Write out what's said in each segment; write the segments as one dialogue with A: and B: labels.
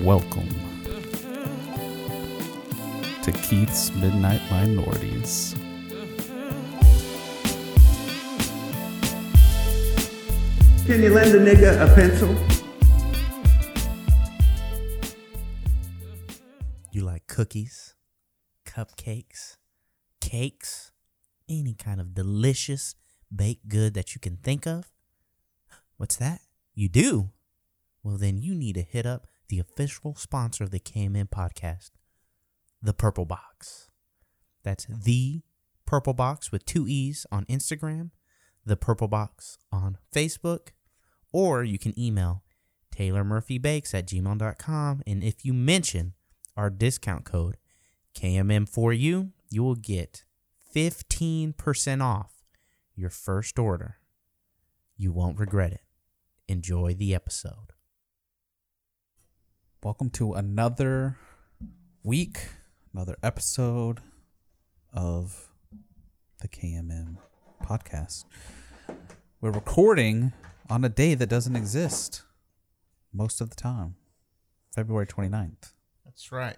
A: Welcome to Keith's Midnight Minorities.
B: Can you lend a nigga a pencil?
C: You like cookies, cupcakes, cakes, any kind of delicious baked good that you can think of? What's that? You do? Well, then you need to hit up the official sponsor of the KMN podcast, The Purple Box. That's The Purple Box with two E's on Instagram, The Purple Box on Facebook, or you can email taylormurphybakes at gmail.com. And if you mention our discount code KMM4U, you will get 15% off your first order. You won't regret it. Enjoy the episode.
A: Welcome to another week, another episode of the KMM podcast. We're recording on a day that doesn't exist most of the time, February 29th.
D: That's right.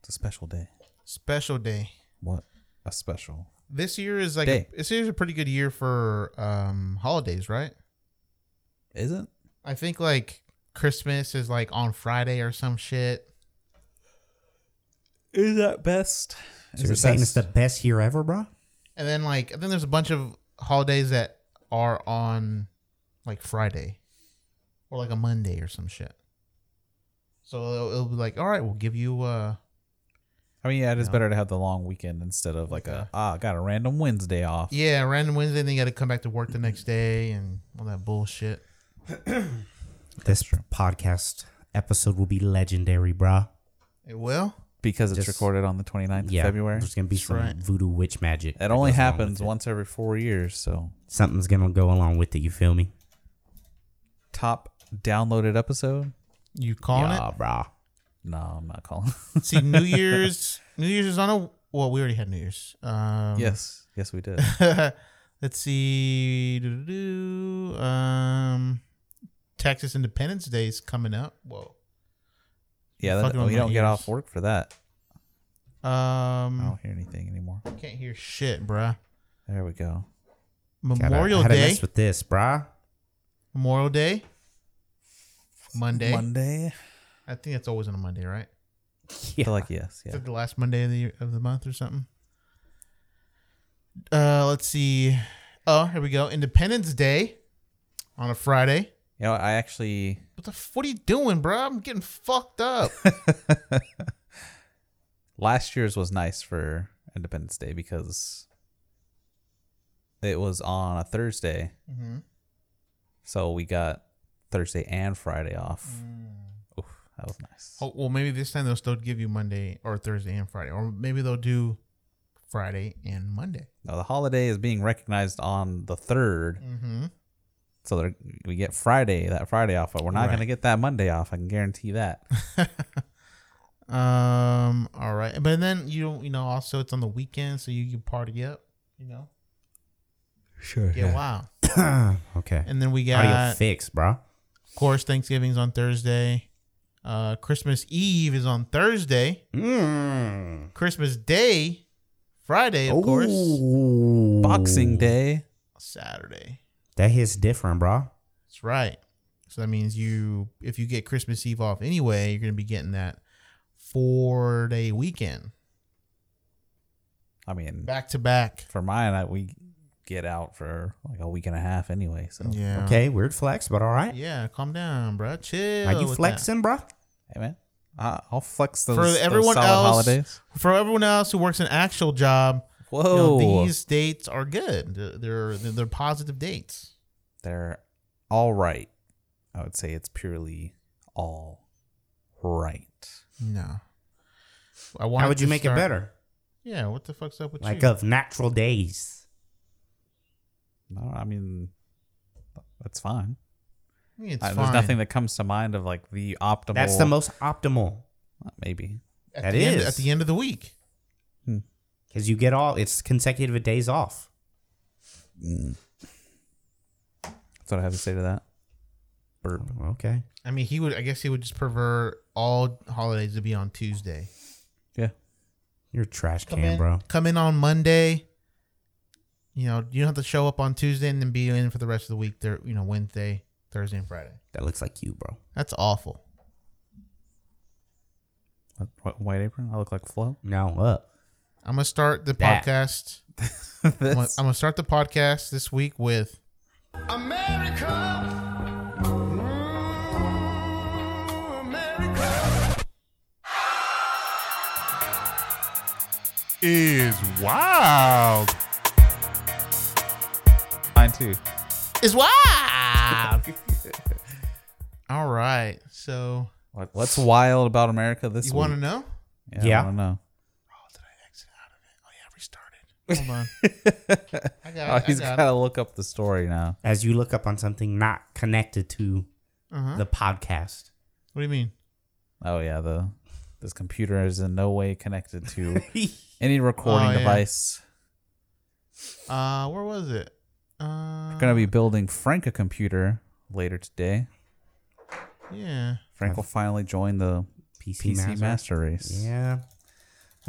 A: It's a special day.
D: Special day.
A: What a special.
D: This year is like
A: Day.
D: this year's a pretty good year for um holidays, right?
A: Is it?
D: I think like Christmas is like on Friday or some shit.
A: Is that best?
C: So you're saying it's the best year ever, bro?
D: And then like and then there's a bunch of holidays that are on like Friday or like a Monday or some shit. So it'll, it'll be like, all right, we'll give you uh
A: I mean, yeah, it is
D: No.
A: better to have the long weekend instead of like a ah, got a random Wednesday off.
D: yeah, random Wednesday, then you got to come back to work the next day and all that bullshit.
C: This podcast episode will be legendary, bruh.
D: It will.
A: because it's
C: Just-
A: recorded on the 29th of
C: Yeah,
A: February.
C: There's gonna be
D: That's
C: some
D: right.
C: voodoo witch magic.
A: It
C: that
A: only
C: goes along
A: happens
C: with it.
A: once every four years, so
C: Something's gonna go along with it. You feel me?
A: top downloaded episode.
D: You calling it?
C: yeah, bruh.
A: No, I'm not calling.
D: See, New Year's, New Year's is on a. Well, we already had New Year's. Um,
A: yes, yes, we did.
D: let's see. doo-doo-doo, Um, Texas Independence Day is coming up. Whoa.
A: Yeah, that,
D: Fucking on
A: we
D: my
A: don't get
D: ears.
A: off work for that. I
D: Um,
A: don't hear anything anymore.
D: can't hear shit, bruh.
A: There we go.
C: Gotta-
D: Memorial
C: how to
D: Day.
C: mess with this, bruh.
D: Memorial Day. Monday.
A: Monday.
D: I think that's always on a Monday, right?
A: I feel like yes,
D: It's
A: yeah.
D: like the last Monday of the of the month or something. Uh, let's see. Oh, here we go. Independence Day on a Friday.
A: You know, I actually
D: What the? f- What are you doing, bro? I'm getting fucked up.
A: last year's was nice for Independence Day because it was on a Thursday,
D: Mhm.
A: so we got Thursday and Friday off.
D: Mm.
A: Oof, that was nice.
D: oh, well, maybe this time they'll still give you Monday or Thursday and Friday, or maybe they'll do Friday and Monday.
A: Now the holiday is being recognized on the third,
D: Mm-hmm.
A: so that we get Friday that Friday off, but we're not
D: Right.
A: gonna get that Monday off. I can guarantee that.
D: Um. All right, but then you don't. You know, also it's on the weekend, so you can party up. You know,
C: Sure.
D: get wild.
C: okay.
D: And then we
C: How do you
D: got,
C: fix, bruh?
D: of course, Thanksgiving's on Thursday. Uh, Christmas Eve is on Thursday.
C: Mm.
D: Christmas Day, Friday, of course.
C: Ooh.
A: Boxing Day.
D: Saturday.
C: That hits different, bruh.
D: That's right. So that means you, if you get Christmas Eve off anyway, you're going to be getting that four day weekend
A: I mean,
D: back to back.
A: for mine, I, we get out for like a week and a half anyway. So
D: Yeah.
C: Okay, weird flex, but all right.
D: Yeah. Calm down, bro. Chill.
C: Are you
D: with that.
C: flexing, bruh?
A: hey man, I, I'll flex those
D: For
A: those
D: everyone
A: solid
D: else-
A: holidays.
D: For everyone else who works an actual job,
A: Whoa,
D: you know,
C: Oh.
D: these dates are good. They're, they're they're positive dates.
A: they're all right. I would say it's purely all right.
D: No. I want.
C: How would you make it better?
D: Yeah. What the fuck's up with
C: Like
D: you?
C: of natural days.
A: No, I mean that's fine.
D: I mean, it's
C: uh,
A: I-
D: fine.
A: there's nothing that comes to mind of like the optimal.
C: That's the most optimal
A: Uh, Maybe.
D: at
C: that
D: the end-
C: is.
D: at the end of the week.
C: because you get all it's consecutive days off.
A: That's what I have to say to that. verb.
C: Okay.
D: I mean, he would. I guess he would just prefer all holidays to be on Tuesday.
A: Yeah.
C: You're a trash
D: Come
C: can,
D: in,
C: bro.
D: Come in on Monday. You know, you don't have to show up on Tuesday and then be in for the rest of the week. There, you know, Wednesday, Thursday, and Friday.
C: That looks like you, bro.
D: That's awful.
A: What, what, white apron? I look like Flo.
C: No, up.
D: I'm gonna start the
C: That.
D: podcast. I'm gonna,
A: That's-
D: I'm gonna start the podcast this week with
E: America. Mm, America.
D: is wild.
A: Mine too.
D: Is wild. All right. So
A: What- What's wild about America this
D: you
A: week?
D: want to know?
A: yeah,
C: Yeah.
A: I don't know.
D: Hold on. Uh, I
A: Oh,
D: got. It,
A: he's
D: I got.
A: got
D: it.
A: to look up the story now.
C: As you look up on something not connected to the podcast.
D: Uh-huh. What do you mean?
A: Oh yeah, the this computer is in no way connected to any recording
D: Oh, yeah.
A: device.
D: Uh, where was it? Uh,
A: We're gonna
C: Um,
A: be building Frank a computer later today.
D: yeah.
A: Frank will finally join the
C: PC,
A: PC
C: Master.
A: Master, Race.
C: Yeah.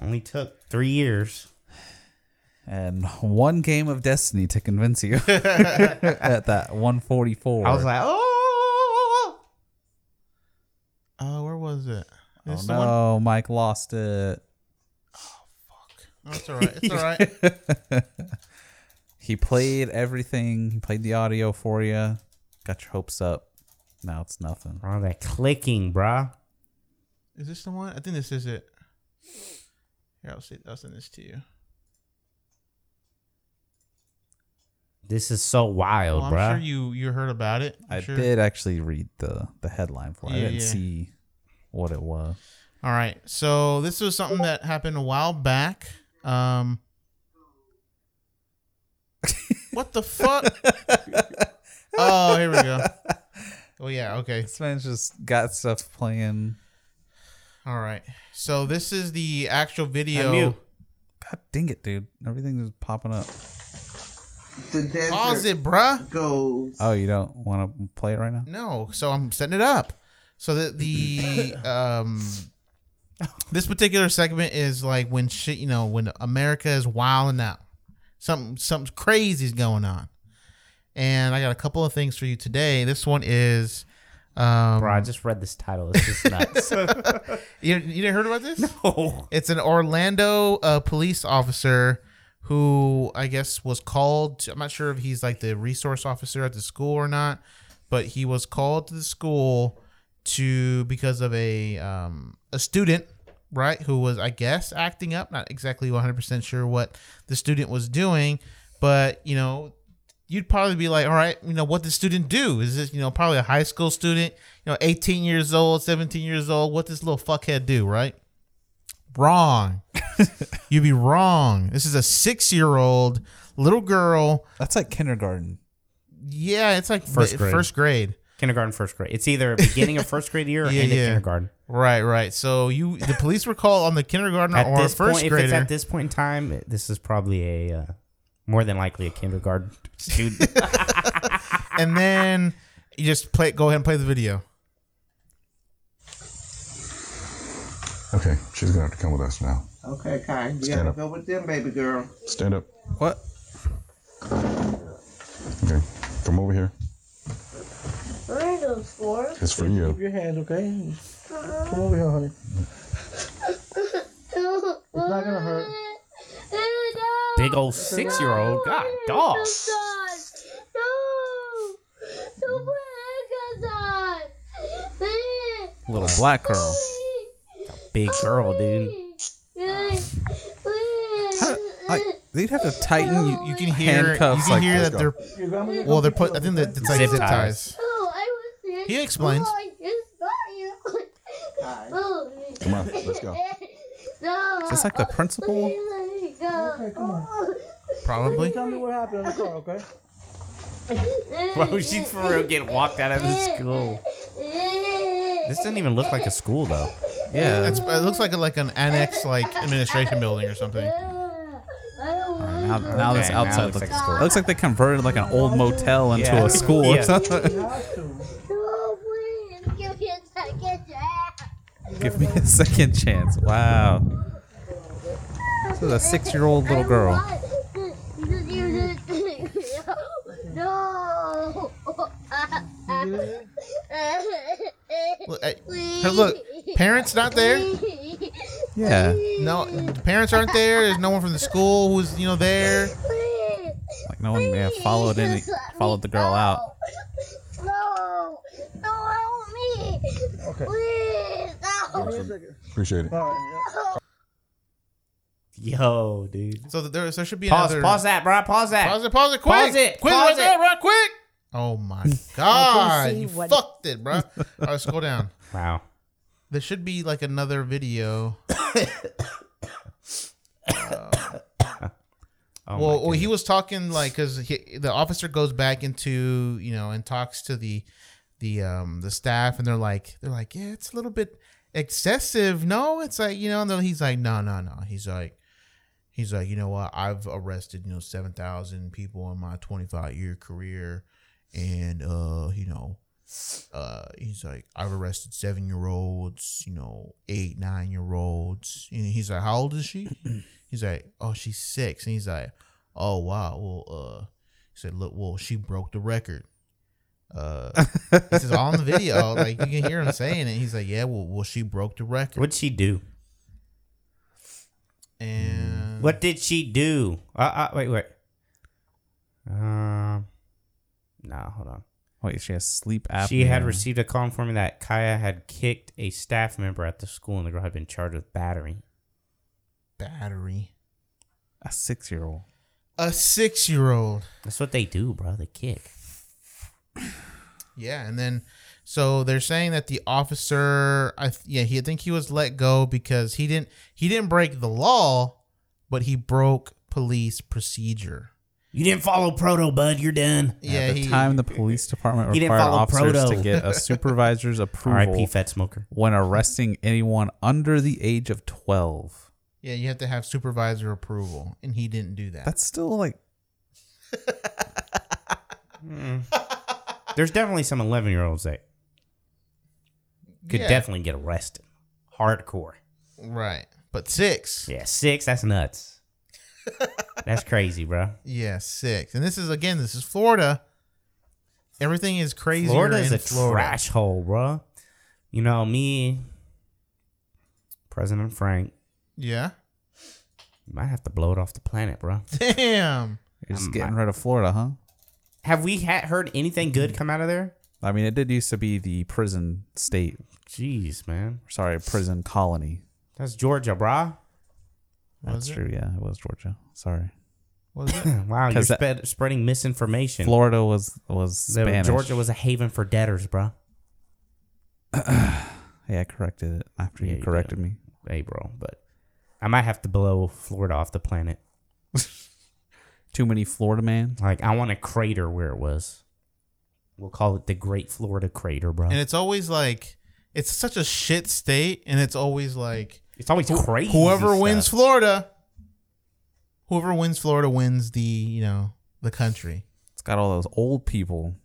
C: Only took three years.
A: And one game of Destiny to convince you at that 144.
C: I was like, oh.
D: Oh, where was it?
A: oh
D: This the one?
A: no, Mike lost it.
D: Oh, it's all right. It's all right.
A: He played everything, he played the audio for you, got your hopes up. Now it's nothing.
C: All that clicking, bruh.
D: Is this the one? I think this is it. Here, I'll, see, I'll send this to you.
C: This is so wild,
D: Well, I'm
C: bruh.
D: sure you you heard about it. I'm
A: Oh, I
D: sure.
A: did actually read the, the headline for it. I
D: Yeah,
A: didn't
D: yeah.
A: see what it was.
D: All right. So this was something that happened a while back. Um. what the fuck? oh, here we go. Oh yeah. Okay.
A: This man's just got stuff playing.
D: All right. So this is the actual video.
C: Unmute.
A: God dang it, dude. Everything's just popping up.
B: The desert
D: Pause it, bruh.
B: goes.
A: Oh, you don't want to play it right now?
D: No, so I'm setting it up. So that the um this particular segment is like when shit, you know, when America is wilding out. Something something crazy is going on. And I got a couple of things for you today. This one is um
C: Bro, I just read this title. It's just nuts.
D: you, you didn't heard about this?
C: oh.
D: It's an Orlando uh, police officer who I guess was called. To, I'm not sure if he's like the resource officer at the school or not, but he was called to the school to because of a um, a student right who was I guess acting up. Not exactly 100 percent sure what the student was doing, but you know you'd probably be like, all right, you know, what did the student do? Is this, you know, probably a high school student, you know, 18 years old, 17 years old? What this little fuckhead do, right? Wrong. You'd be wrong. This is a six year old little girl.
A: That's like kindergarten.
D: Yeah, it's like
C: First
D: first grade.
C: grade.
D: First grade.
C: Kindergarten, first grade. It's either beginning of first grade year or
D: Yeah,
C: end
D: yeah.
C: of kindergarten.
D: Right, right. So you, the police were called on the kindergartner
C: At
D: or
C: this
D: first
C: point, if
D: grader.
C: it's at this point in time, it- this is probably a uh, more than likely a kindergarten student.
D: and then you just play. Go ahead and play the video.
F: Okay, she's gonna have to come with us now.
B: Okay, Kai, you
F: Stand
B: gotta
F: up.
B: go with them, baby girl.
F: Stand up.
A: What?
F: Okay, come over here.
G: What are those for?
F: It's for you.
B: Your hands, okay? Come over here, honey. It's not gonna hurt.
C: Big old six year old. God, dog.
A: Little black girl.
C: Big girl, dude.
A: Like, they'd have to tighten you.
D: You can hear.
A: Handcuffs
D: you can
A: like
D: hear
F: this.
D: that they're.
B: Your grandma didn't
D: Well,
B: come
D: they're
B: pick
D: put.
B: you
D: I
B: up,
D: think
B: okay?
D: that it's like
C: Zip
D: zip ties.
C: ties.
G: Oh,
D: He explains.
F: Come on, let's go.
G: Oh. No.
A: Is this like the principal?
G: Let me go. Oh.
B: Okay, come on.
D: Probably.
B: Tell me what happened in the car, okay?
C: Bro, she for real getting walked out of the school. This doesn't even look like a school though.
A: Yeah.
D: It's, it looks like a, like an annex, like administration building or something.
A: now, now this
C: Okay, now it
A: outside
C: looks
A: looks,
C: like a school.
A: looks like they converted like an old motel into
C: Yeah.
A: a school
C: Yeah.
A: or something.
B: You have to.
G: No,
A: Give me a second chance. Wow. This is a six year old little girl.
G: no.
D: Look, I- hey, look, parents not there.
A: Yeah.
D: No, the parents aren't there. There's no one from the school who's you know there.
A: Like no one may have followed in followed the girl out.
G: No, no, help me.
B: Okay.
G: Please, no.
F: Appreciate it.
B: All right. yeah.
C: Yo, dude.
D: So that there, so there should be
C: Pause,
D: another.
C: pause that, bro. Pause that.
D: Pause it. Pause it. Quick.
C: Pause it,
D: Quick.
C: pause
D: right there,
C: it.
D: right quick. Oh my god!
H: see
D: you
H: what-
D: fucked it, bro. All right, scroll down.
C: Wow.
D: There should be like another video.
C: Oh my
D: well, well,
C: goodness.
D: he was talking like because the officer goes back into you know and talks to the the um the staff and they're like they're like yeah it's a little bit excessive no it's like you know and then he's like no no no he's like he's like you know what I've arrested you know seven thousand people in my twenty five year career and uh you know uh he's like I've arrested seven year olds you know eight nine year olds and he's like how old is she He's like, oh, she's six. And he's like, oh, wow. Well, uh, he said, look, well, she broke the record. Uh, this is all in the video. Like, you can hear him saying it. He's like, yeah, well, well she broke the record.
C: What'd she do?
D: And
C: What did she do? Uh, uh wait, wait. Um, no, hold on.
A: Wait, she has sleep apnea.
C: She had received a call informing that Kaya had kicked a staff member at the school, and the girl had been charged with battery.
D: battery?
A: a six year old.
D: A six year old.
C: That's what they do, bro. They kick.
D: Yeah. And then, so they're saying that the officer, I th- yeah, he I think he was let go because he didn't he didn't break the law, but he broke police procedure.
C: You didn't follow Proto, bud. You're done.
D: Yeah,
A: At the
D: he,
A: time, the police department
C: He didn't
A: required
C: follow
A: officers to
C: proto.
A: get a supervisor's
C: R.I.P.
A: approval
C: Fat Smoker.
A: when arresting anyone under the age of 12.
D: Yeah, you have to have supervisor approval, and he didn't do that.
A: That's still like,
C: There's definitely some 11 year olds that could
D: Yeah,
C: definitely get arrested. Hardcore.
D: right, but six. Yeah.
C: Yeah, six. That's nuts. that's crazy, bro.
D: six. And this is again, this is Florida. Everything is crazy.
C: Florida
D: in
C: is a
D: Florida.
C: trash hole, bro. You know me, President Frank.
D: Yeah.
C: You might have to blow it off the planet, bro.
D: Damn.
A: you're just
C: Um,
A: getting rid of Florida, huh?
C: Have we ha- heard anything good come out of there?
A: I mean, it did used to be the prison state.
C: Jeez, man,
A: Sorry, prison colony.
C: that's Georgia, bro.
A: That's
D: Was it?
A: true. Yeah, it was Georgia. Sorry.
D: Was it?
C: wow, you're
A: 'Cause that-
C: sped- spreading misinformation.
A: Florida was was
C: The-
A: Spanish.
C: Georgia was a haven for debtors, bro.
A: Hey, I corrected it after
C: Yeah,
A: you
C: you
A: corrected me.
C: Hey, bro, but I might have to blow Florida off the planet.
A: Too many Florida man.
C: Like I want a crater where it was. We'll call it the Great Florida Crater, bro.
D: And it's always like, it's such a shit state, and it's always like,
C: It's always crazy.
D: whoever
C: stuff.
D: wins Florida, whoever wins Florida wins the you know the country.
A: It's got all those old people,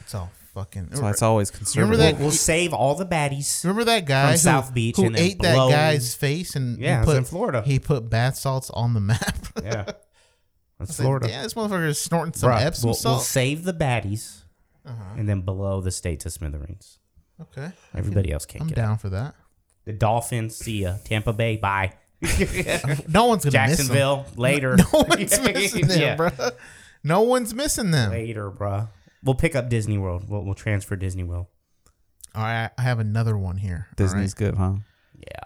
D: It's all fucking.
A: so it's always
D: remember
A: conservative.
D: that
C: we'll save all the baddies.
D: Remember that guy
C: From
D: who,
C: South Beach
D: who
C: and then
D: ate that
C: blown-
D: guy's face and
C: Yeah,
D: he
C: it was
D: put
C: in Florida.
D: He put bath salts on the map.
C: Yeah, that's
D: It's like,
C: Florida.
D: yeah, this motherfucker is snorting some
C: Bruh,
D: Epsom
C: we'll, we'll
D: salt. Uh-huh.
C: save the baddies, and then below the state to smithereens.
D: okay,
C: Everybody else can't
D: I'm
C: get
D: down
C: out.
D: for that.
C: The Dolphins, see ya. Tampa Bay, bye.
D: No one's gonna
C: Jacksonville, later.
D: miss them. No one's missing them,
C: Yeah.
D: bro. No one's missing them.
C: Later, bruh. We'll pick up Disney World. We'll, we'll transfer Disney World.
D: All right, I have another one here. All right.
A: Disney's good, huh?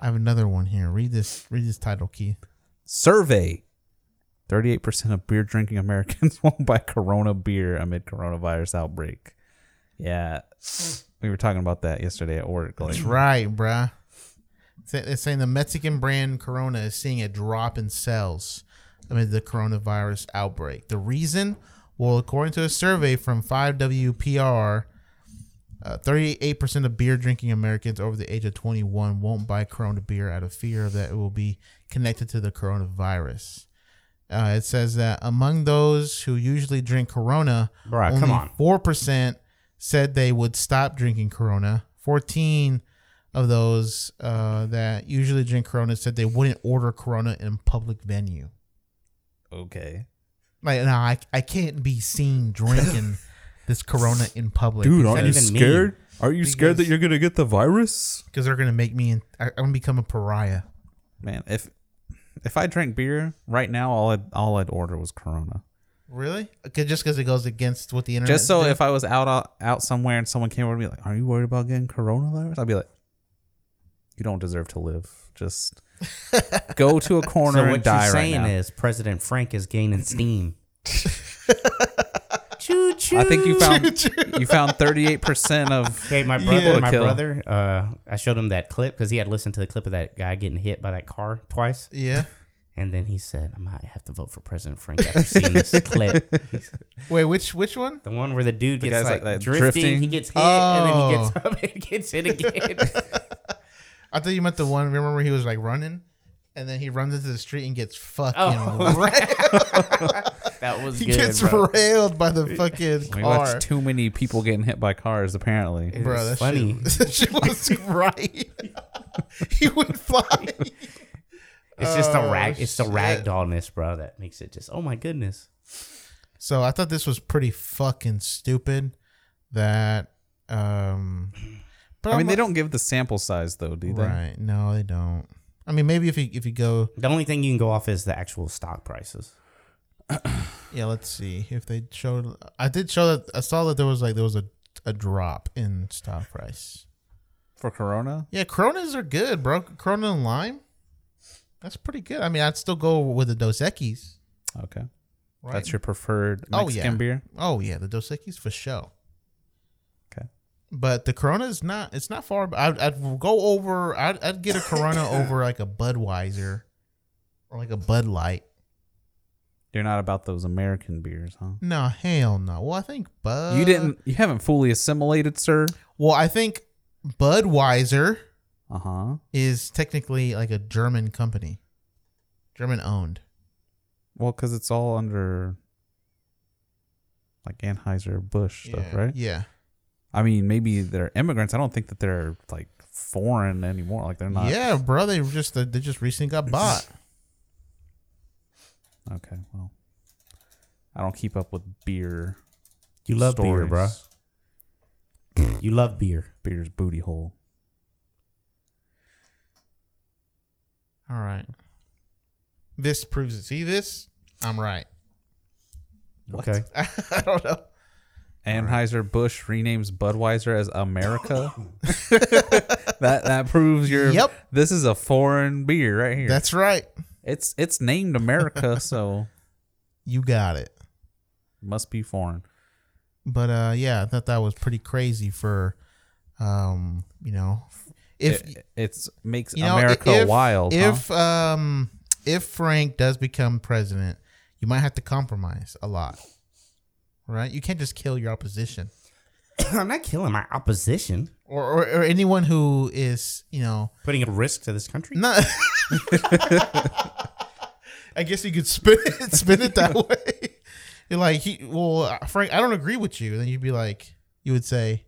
D: I have another one here. Read this. Read this title, Keith.
A: Survey. 38% of beer drinking Americans won't buy Corona beer amid coronavirus outbreak. Yeah. We were talking about that yesterday at work. Like,
D: That's right, bruh. It's- It's saying the Mexican brand Corona is seeing a drop in sales amid the coronavirus outbreak. The reason? Well, according to a survey from 5WPR, uh, 38% of beer drinking Americans over the age of 21 won't buy Corona beer out of fear that it will be connected to the coronavirus. Uh, it says that among those who usually drink Corona,
C: Bruh, come on.
D: four percent said they would stop drinking Corona. Fourteen of those uh, that usually drink Corona said they wouldn't order Corona in a public venue.
A: Okay.
D: Like, no, I, I can't be seen drinking this Corona in public.
A: Dude, aren't you
C: that even mean?
A: scared? Are you scared that
D: Because-
A: you're gonna get the virus?
D: because they're gonna make me. I, I'm gonna become a pariah.
A: Man, if if I drank beer right now, all I'd, all I'd order was Corona.
D: Really? Okay, just because it goes against what the internet.
A: Just so if I was out out- out somewhere and someone came over to me like, "Are you worried about getting coronavirus?" I'd be like, "You don't deserve to live. Just go to a corner
C: So
A: and
C: what
A: die
C: you're
A: right
C: saying
A: now."
C: is President Frank is gaining steam. choo choo.
A: I think you found you found 38 percent of
C: Okay, my brother,
A: Yeah.
C: my
A: Kill.
C: brother. Uh, I showed him that clip because he had listened to the clip of that guy getting hit by that car twice,
D: yeah.
C: and then he said, "I might have to vote for President Frank after seeing this clip."
D: Wait, which which one?
C: The one where the dude
A: The
C: gets
A: guy's
C: like,
A: like, like,
C: drifting,
A: drifting.
C: he gets hit, and then he gets up and gets hit again.
D: I thought you meant the one. Remember, he was like running, and then he runs into the street and gets fucking.
C: Oh,
D: ra-
C: that was
D: he
C: good,
D: gets
C: bro.
D: railed by the fucking
A: we
D: car.
A: watched too many people getting hit by cars. Apparently,
C: It
D: Bro,
C: was
D: that
C: funny.
D: Shit, that shit was right. he would fly.
C: It's just the
D: Oh,
C: rag. It's the
D: shit.
C: ragdollness, bro, that makes it just. Oh my goodness.
D: So I thought this was pretty fucking stupid. That um. But
A: I mean,
D: I'm-
A: they don't give the sample size though, do they?
D: Right? No, they don't. I mean, maybe if you if you go,
C: The only thing you can go off is the actual stock prices.
D: yeah. Let's see if they showed. I did show that. I saw that there was like there was a a drop in stock price.
A: For Corona,
D: Yeah, Coronas are good, bro. Corona and lime, that's pretty good. I mean, I'd still go with the Dos Equis.
A: okay,
D: Right?
A: that's your preferred
D: Oh,
A: Mexican
D: yeah.
A: beer.
D: Oh yeah, the Dos Equis for sure.
A: Okay.
D: But the Corona is not. It's not far. I'd, I'd go over. I'd, I'd get a Corona over like a Budweiser, or like a Bud Light.
A: You're not about those American beers, huh?
D: No, hell no. Well, I think Bud.
A: you didn't. You haven't fully assimilated, sir.
D: Well, I think Budweiser
A: Uh huh.
D: is technically like a German company, German owned.
A: Well, because it's all under like Anheuser Busch stuff,
D: yeah.
A: right?
D: Yeah.
A: I mean, maybe they're immigrants. I don't think that they're like foreign anymore. Like they're not.
D: Yeah, bro. They were just they they just recently got bought.
A: Okay. Well, I don't keep up with beer.
C: You love beer,
A: stories.
C: bro. You love beer.
A: Beer's booty hole.
D: All right. This proves it. See this? I'm right.
C: Okay.
D: I don't know.
A: Anheuser Busch renames Budweiser as America. that that proves your.
D: Yep.
A: This is a foreign beer right here.
D: That's right.
A: it's it's named America, so
D: You got it.
A: must be foreign.
D: But uh, yeah, I thought that was pretty crazy for, um, you know, if
A: It- it's makes
D: you know,
A: America
D: if,
A: wild. huh?
D: If um, if Frank does become president, you might have to compromise a lot, right? You can't just kill your opposition
C: I'm not killing my opposition.
D: or or, or anyone who is you know
C: Putting a risk to this country.
D: not. I guess you could spin it, spin it that way. You're like, he, well, Frank, I don't agree with you. Then you'd be like, you would say,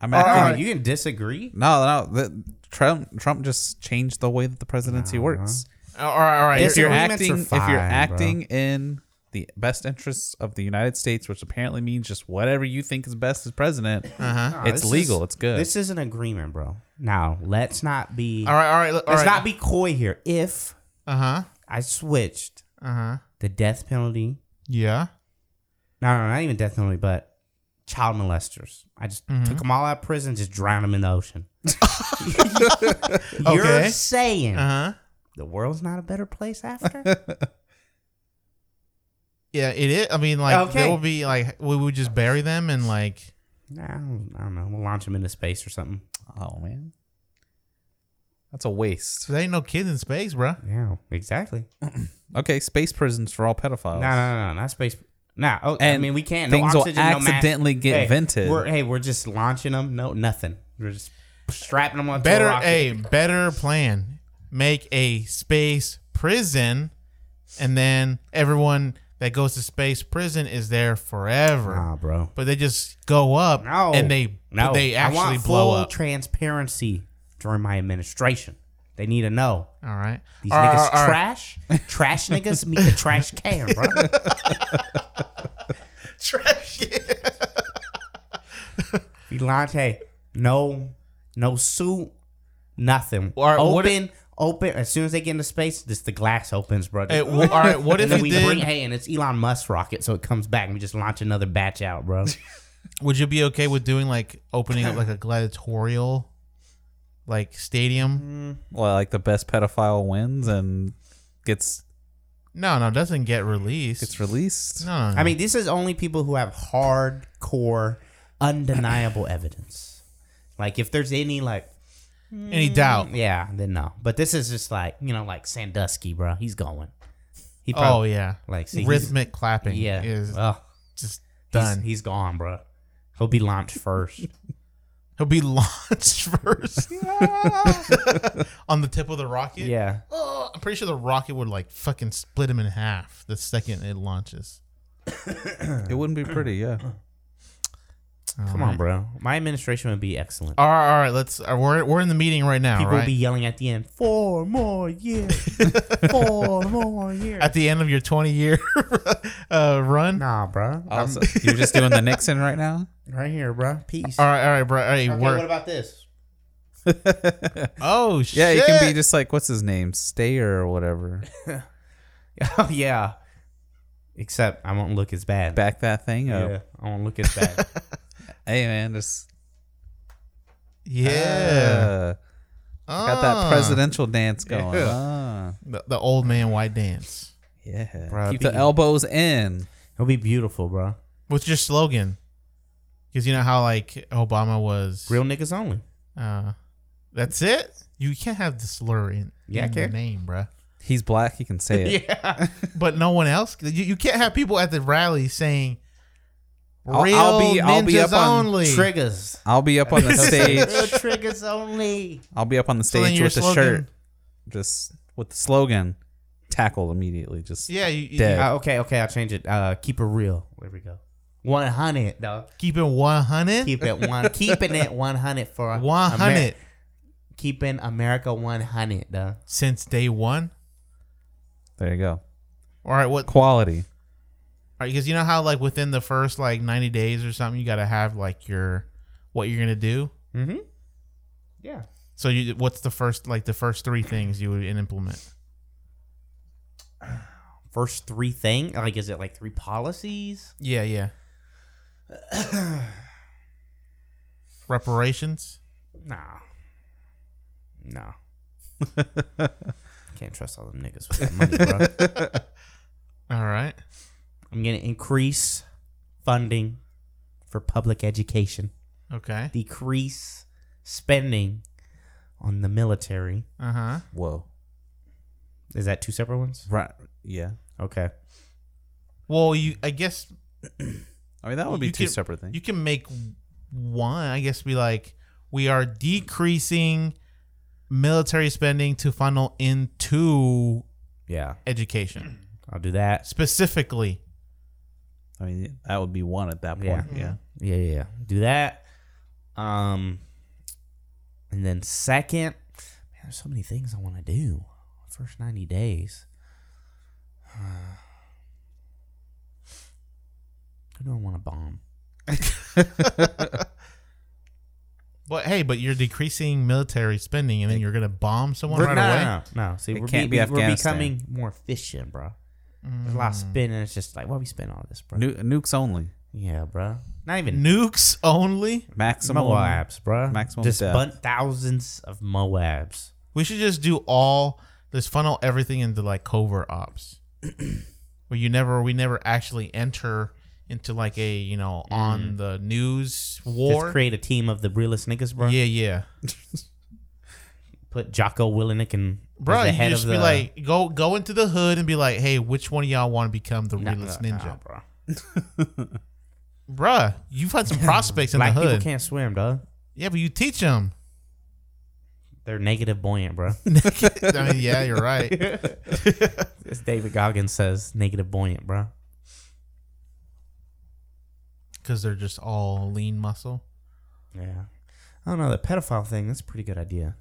A: I'm
C: Come
A: acting
C: on,
A: like-
C: You can disagree.
A: No, no. The, Trump Trump just changed the way that the
D: Uh-huh.
A: presidency works.
D: all right, all right,
A: If you're
C: Disagreements
A: acting,
C: are
A: if you're
C: fine,
A: acting in the best interests of the United States, which apparently means just whatever you think is best as president,
D: uh-huh.
A: it's
C: this is-
A: legal. it's good.
C: This is an agreement, bro. Now let's not be.
D: all right, all right, all right.
C: let's not be coy here. If
D: uh huh,
C: I switched
D: uh huh,
C: the death penalty,
D: yeah,
C: no, no, not even death penalty, but child molesters. I just
A: Mm-hmm.
C: took them all out of prison, just drowned them in the ocean. You're
D: Okay.
C: saying
D: uh huh.
A: Uh-huh.
C: the world's not a better place after?
D: Yeah, it is. I mean, like,
C: Okay.
D: there will be like we would just bury them and like,
C: Nah, I don't, I don't know. We'll launch them into space or something.
A: oh man, that's a waste.
D: so there ain't no kids in space, bruh.
C: Yeah, exactly.
A: Okay, space prisons for all pedophiles.
C: No, no, no, not space. Nah, oh, I
A: And
C: mean we can't.
A: things
C: no
A: will
C: oxygen, no mask.
A: accidentally get
C: hey,
A: vented.
C: We're, hey, we're just launching them. No, nothing. We're just strapping them on.
D: Better
C: a
D: a
C: rocket.
D: better plan. Make a space prison, and then everyone that goes to space prison is there forever.
C: Nah, bro.
D: But they just go up
C: No.
D: and they
C: no.
D: they actually
C: I want
D: blow
C: full
D: up.
C: transparency during my administration. They need to know.
D: all right.
C: These
D: All right,
C: niggas
D: all right, all right.
C: trash. Trash niggas meet the trash can, bro.
D: trash.
C: Elante, no, no suit, nothing.
D: Or
C: open,
D: what if-
C: open. As soon as they get into space, just the glass opens, brother.
D: Hey, w- all right, what
C: and
D: if
C: then
D: you
C: we
D: did?
C: bring, hey, and it's Elon Musk rocket, so it comes back and we just launch another batch out, bro.
D: Would you be okay with doing like opening up like a gladiatorial, like stadium?
C: Mm.
A: Well, like the best pedophile wins and gets
D: No, no, it doesn't get released.
A: gets released.
D: no, no, no.
C: I mean, this is only people who have hardcore, undeniable evidence. Like, if there's any, like,
D: any doubt?
C: yeah, then no. But this is just like, you know, like Sandusky, bro. He's going. He
D: Oh
C: probably,
D: yeah,
C: like, see, he's-
D: rhythmic clapping.
C: yeah,
D: is
C: Ugh.
D: just
C: He's-
D: done.
C: he's gone, bro. He'll be launched first.
D: He'll be launched first on the tip of the rocket.
C: yeah.
D: Oh, I'm pretty sure the rocket would like fucking split him in half the second it launches.
A: It wouldn't be pretty, yeah.
D: Um,
C: Come on, bro. My administration would be excellent.
D: All right, all right. Let's. Uh, we're we're in the meeting right now.
C: People
D: right?
C: will be yelling at the end, four more years. four more years.
D: at the end of your 20 year uh, run.
C: nah, bro.
A: Also, you're just doing the Nixon right now.
C: Right here, bro. Peace.
D: All right, all right, bro. All right,
C: Okay,
D: we're-
C: what about this?
D: oh shit.
A: Yeah, it can be just like what's his name, Stayer or whatever.
C: Oh, yeah. Except I won't look as bad.
A: Back that thing up.
C: Yeah, I won't look as bad.
A: Hey man, just
D: yeah.
A: uh, got
D: Ah.
A: that presidential dance going.
D: Yeah.
A: Ah,
D: The, the old man white dance.
A: yeah.
C: Bruh,
A: Keep the
C: be-
A: elbows in.
C: It'll be beautiful, bro.
D: What's your slogan? Because you know how like Obama was.
C: Real niggas only.
D: Uh, that's it. You can't have the slur in,
C: Yeah, I
D: in the
C: can.
D: name, bruh.
A: He's black. He can say it.
D: Yeah, but no one else. You, you can't have people at the rally saying,
A: I'll-
D: "Real
A: I'll be- I'll be
D: ninjas
A: up on
D: only."
C: Triggers.
A: I'll be up on the stage.
C: Real triggers only.
A: I'll be up on the
D: So then
A: stage
D: your
A: with the
D: slogan-
A: shirt, just with the slogan, tackled immediately. Just
D: Yeah, you, you
A: Dead.
C: Uh, okay, okay, I'll change it. Uh, keep it real. There we go. One hundred, dog.
D: keep it one hundred.
C: Keep it one. keeping it one hundred for
D: One
C: Ameri-
D: hundred
C: keeping America one hundred, dog.
D: since day one.
A: there you go.
D: All right, what?
A: Quality.
D: Because you know how like within the first like ninety days or something, you got to have like your what you're gonna do.
C: Mm-hmm. Yeah.
D: So you, what's the first like the first three things you would implement?
C: First three thing, like, is it like three policies?
D: Yeah, yeah. Reparations.
C: Nah. Nah. Can't trust all them niggas with that money, bro.
D: All right.
C: I'm gonna increase funding for public education.
D: Okay.
C: Decrease spending on the military.
D: Uh huh.
A: Whoa.
C: Is that two separate ones?
A: Right. Yeah.
C: Okay.
D: Well, you I guess
A: I mean, that would be
D: You
A: two
D: can-
A: separate things.
D: you can make one. I guess be like we are decreasing military spending to funnel into
C: Yeah,
D: education
C: I'll do that.
D: specifically.
A: I mean, that would be one at that point.
C: Yeah.
A: Yeah.
C: Yeah, yeah, yeah. Do that. Um, and then second, man, there's so many things I want to do. First ninety days. Who do I want to bomb?
D: But hey, but you're decreasing military spending, and then you're gonna bomb someone right
C: We're- no,
D: away.
C: no, no, no. See,
A: It
C: we're,
A: can't
C: be,
A: be
C: we're
A: Afghanistan.
C: becoming more efficient, bro. There's a lot
D: Mm.
C: of spending. It's just like, why we spend all this, bro?
A: Nu- nukes only.
C: yeah, bro. Not even
D: Nukes only.
A: Maximum.
C: Moabs, bro.
A: maximum
C: Just
A: death.
C: bun- thousands of Moabs.
D: We should just do all this funnel everything into like covert ops, where you never we never actually enter into like a you know on the news
C: Mm. Just
D: war.
C: create a team of the realest niggas, bro.
D: Yeah, yeah.
C: Put Jocko Willenick and
D: Bro,
C: as the
D: you
C: head
D: just
C: of
D: be
C: the
D: like, go go into the hood and be like, hey, which one of y'all want to become the
C: Nah,
D: realest
C: nah,
D: ninja?
C: nah, bro.
D: Bruh, you've had some prospects in
C: Black
D: the
C: people
D: hood.
C: can't swim, dog.
D: Yeah, but you teach them.
C: They're negative buoyant, bro.
D: I mean, yeah, you're right.
C: As David Goggins says, negative buoyant, bro.
D: because they're just all lean muscle.
C: Yeah. I don't know. The pedophile thing, that's a pretty good idea.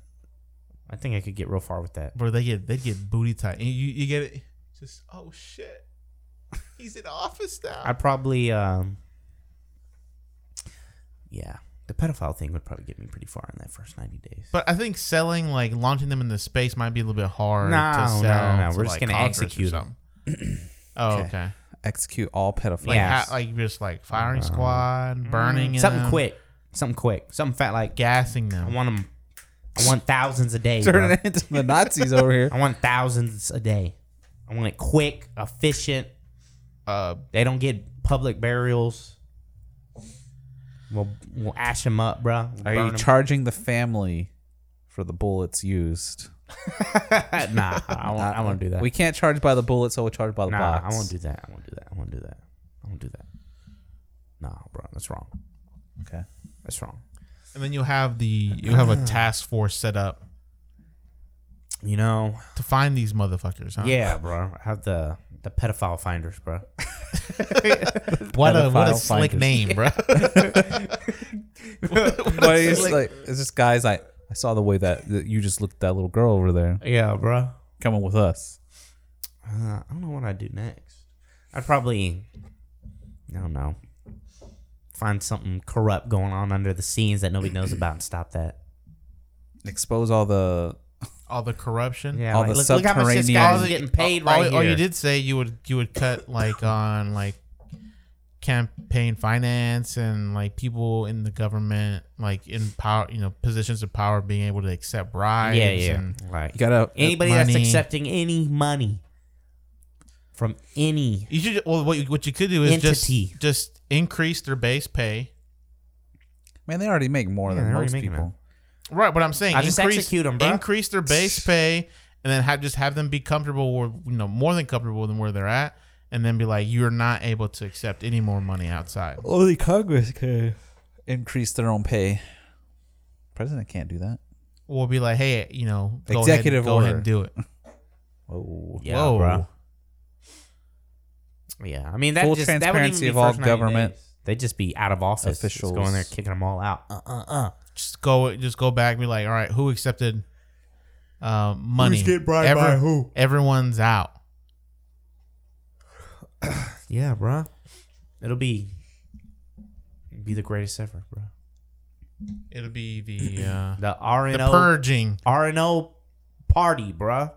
C: I think I could get real far with that.
D: Bro, they get they get booty tight. And you you get it. Just oh shit, he's in office now.
C: I probably, um, yeah. The pedophile thing would probably get me pretty far in that first 90 days.
D: but I think selling like launching them into space might be a little bit hard.
C: No,
D: to
C: no,
D: sell
C: no, no.
D: to,
C: We're just
D: like,
C: gonna
D: Congress or
C: execute 'em.
D: something. oh
A: Okay.
D: okay.
A: Execute all pedophiles.
D: Like
C: Yeah. Yes.
D: ha- like just like firing
C: Uh,
D: squad, burning
C: something
D: them,
C: quick. Something quick. Something fat like,
D: gassing
C: I
D: them.
C: want them, I want thousands a day. bro.
A: Turn it into the Nazis over here.
C: I want thousands a day. I want it quick, efficient.
D: uh,
C: They don't get public burials. We'll, we'll ash them up, bro.
A: Are you charging the family for the bullets used?
C: nah, I won't, I won't do that.
A: We can't charge by the bullet, so we'll charge by the
C: nah,
A: box.
C: I won't do that. I won't do that. I won't do that. I won't do that. Nah, bro, that's wrong.
A: Okay.
C: That's wrong.
D: and then you'll have the you will have
C: Uh-huh.
D: a task force set up
C: You know?
D: to find these motherfuckers. Huh?
C: Yeah, bro. I have the the pedophile finders, bro.
D: what a what a
A: Pedophile
D: slick
A: finders.
D: name, bro.
A: But it's like, it's just guys. I I saw the way that, that you just looked at that little girl over there
C: Yeah, bro.
A: coming with us.
C: Uh, I don't know what I'd do next. I'd probably, I don't know, find something corrupt going on under the scenes that nobody knows about and stop that.
A: Expose all the
D: all the corruption.
C: Yeah,
A: All
C: like,
A: the
C: look, look how much this guy's
A: subterranean-
D: the-
C: getting paid
D: all-
C: right
D: all,
C: here.
D: all Oh, you did say you would you would cut like on like campaign finance and like people in the government like in power you know positions of power being able to accept bribes
C: yeah, yeah.
D: and
C: Like
A: you gotta
C: anybody that's
D: money.
C: accepting any money from any
D: you should well what you, what you could do is
C: Entity.
D: just just increase their base pay
A: man. They already make more
C: Yeah,
A: than
C: they're already
A: most
C: making
A: people.
D: right but i'm saying
C: I just
D: increase,
C: execute 'em, bruh.
D: increase their base pay and then have just have them be comfortable or you know more than comfortable than where they're at and then be like you're not able to accept any more money outside
A: Only Congress could increase their own pay. President can't do that.
D: we'll be like, hey, you know, go ahead,
A: Executive
D: go ahead
A: order.
D: and do it.
A: Oh,
C: yeah,
D: Whoa.
C: bro. Yeah, I mean that
A: Full
C: just, that wouldn't even
A: transparency
C: be
A: of all
C: first 90
A: government
C: days. They'd just be out of office, officials
A: officials.
C: going there kicking them all out. Uh, uh, uh.
D: Just go, just go back and be like, all right, who accepted uh, money?
C: getting bribed by who?
D: Everyone's out.
C: Yeah, bro. It'll be it'll be the greatest ever, bro.
D: It'll be the uh,
C: The R
D: the
C: and O
D: purging.
C: R and O party, bro.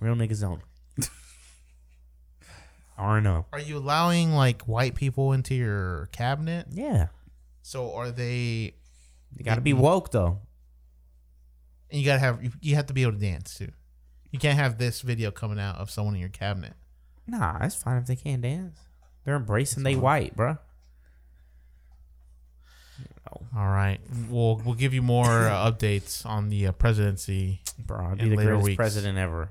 C: Real niggas only. R and O.
D: Are you allowing like white people into your cabinet?
C: Yeah,
D: So are they?
C: you gotta be woke though.
D: And you gotta have you- you have to be able to dance too. You can't have this video coming out of someone in your cabinet.
C: Nah, it's fine if they can't dance. They're embracing they white, bro.
D: All right, we'll we'll give you more uh, updates on the uh, presidency.
C: Bro, I'd be
D: In
C: the
D: later
C: greatest
D: weeks.
C: president ever.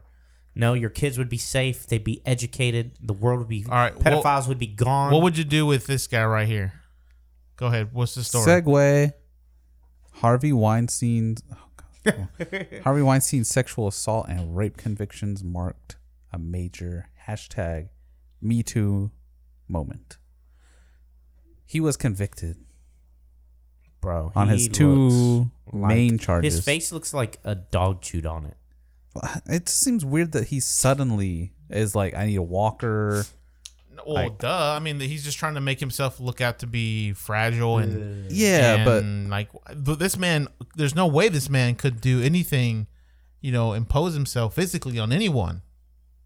C: No, your kids would be safe. They'd be educated. The world would be.
D: All right,
C: pedophiles
D: well-
C: would be gone.
D: What would you do with this guy right here? Go ahead. What's the story?
A: Segue. Harvey Weinstein. oh, God. Harvey Weinstein's sexual assault and rape convictions marked a major hashtag Me Too moment. He was convicted
C: bro?
A: on
C: he
A: his two
C: looks like-
A: main charges.
C: His face looks like a dog chewed on it.
A: It seems weird that he suddenly is like, I need a walker.
D: Well, duh. I mean, he's just trying to make himself look out to be fragile and
A: Yeah, but
D: and, like th- this man, there's no way this man could do anything, you know, impose himself physically on anyone.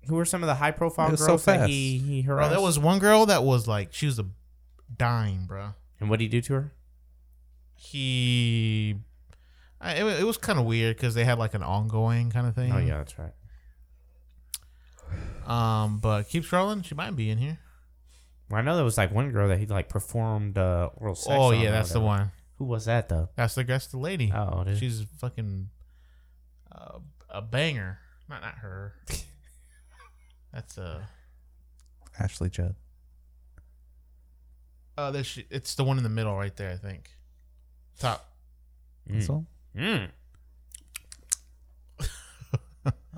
C: Who are some of the high profile
A: It
C: girls
A: was so
C: that
A: fast.
C: he he
D: Bro,
C: harassed?
D: there was one girl that was like she was a dime, bro.
C: and what did he do to her?
D: He, I, it, wa- it was kind of weird because they had like an ongoing kind of thing.
C: Oh yeah, that's right.
D: Um, but keep scrolling. She might be in here.
C: Well, I know there was like one girl that he like performed uh, oral sex.
D: oh
C: on
D: yeah,
C: or
D: that's the
C: whatever.
D: one.
C: Who was that though?
D: That's the that's the lady.
C: Oh, dude.
D: She's fucking uh, a banger. Not not her. That's uh, a.
A: Ashley Judd.
D: Uh, there she, it's the one in the middle right there. I think. Top.
A: That's all?
C: Mm.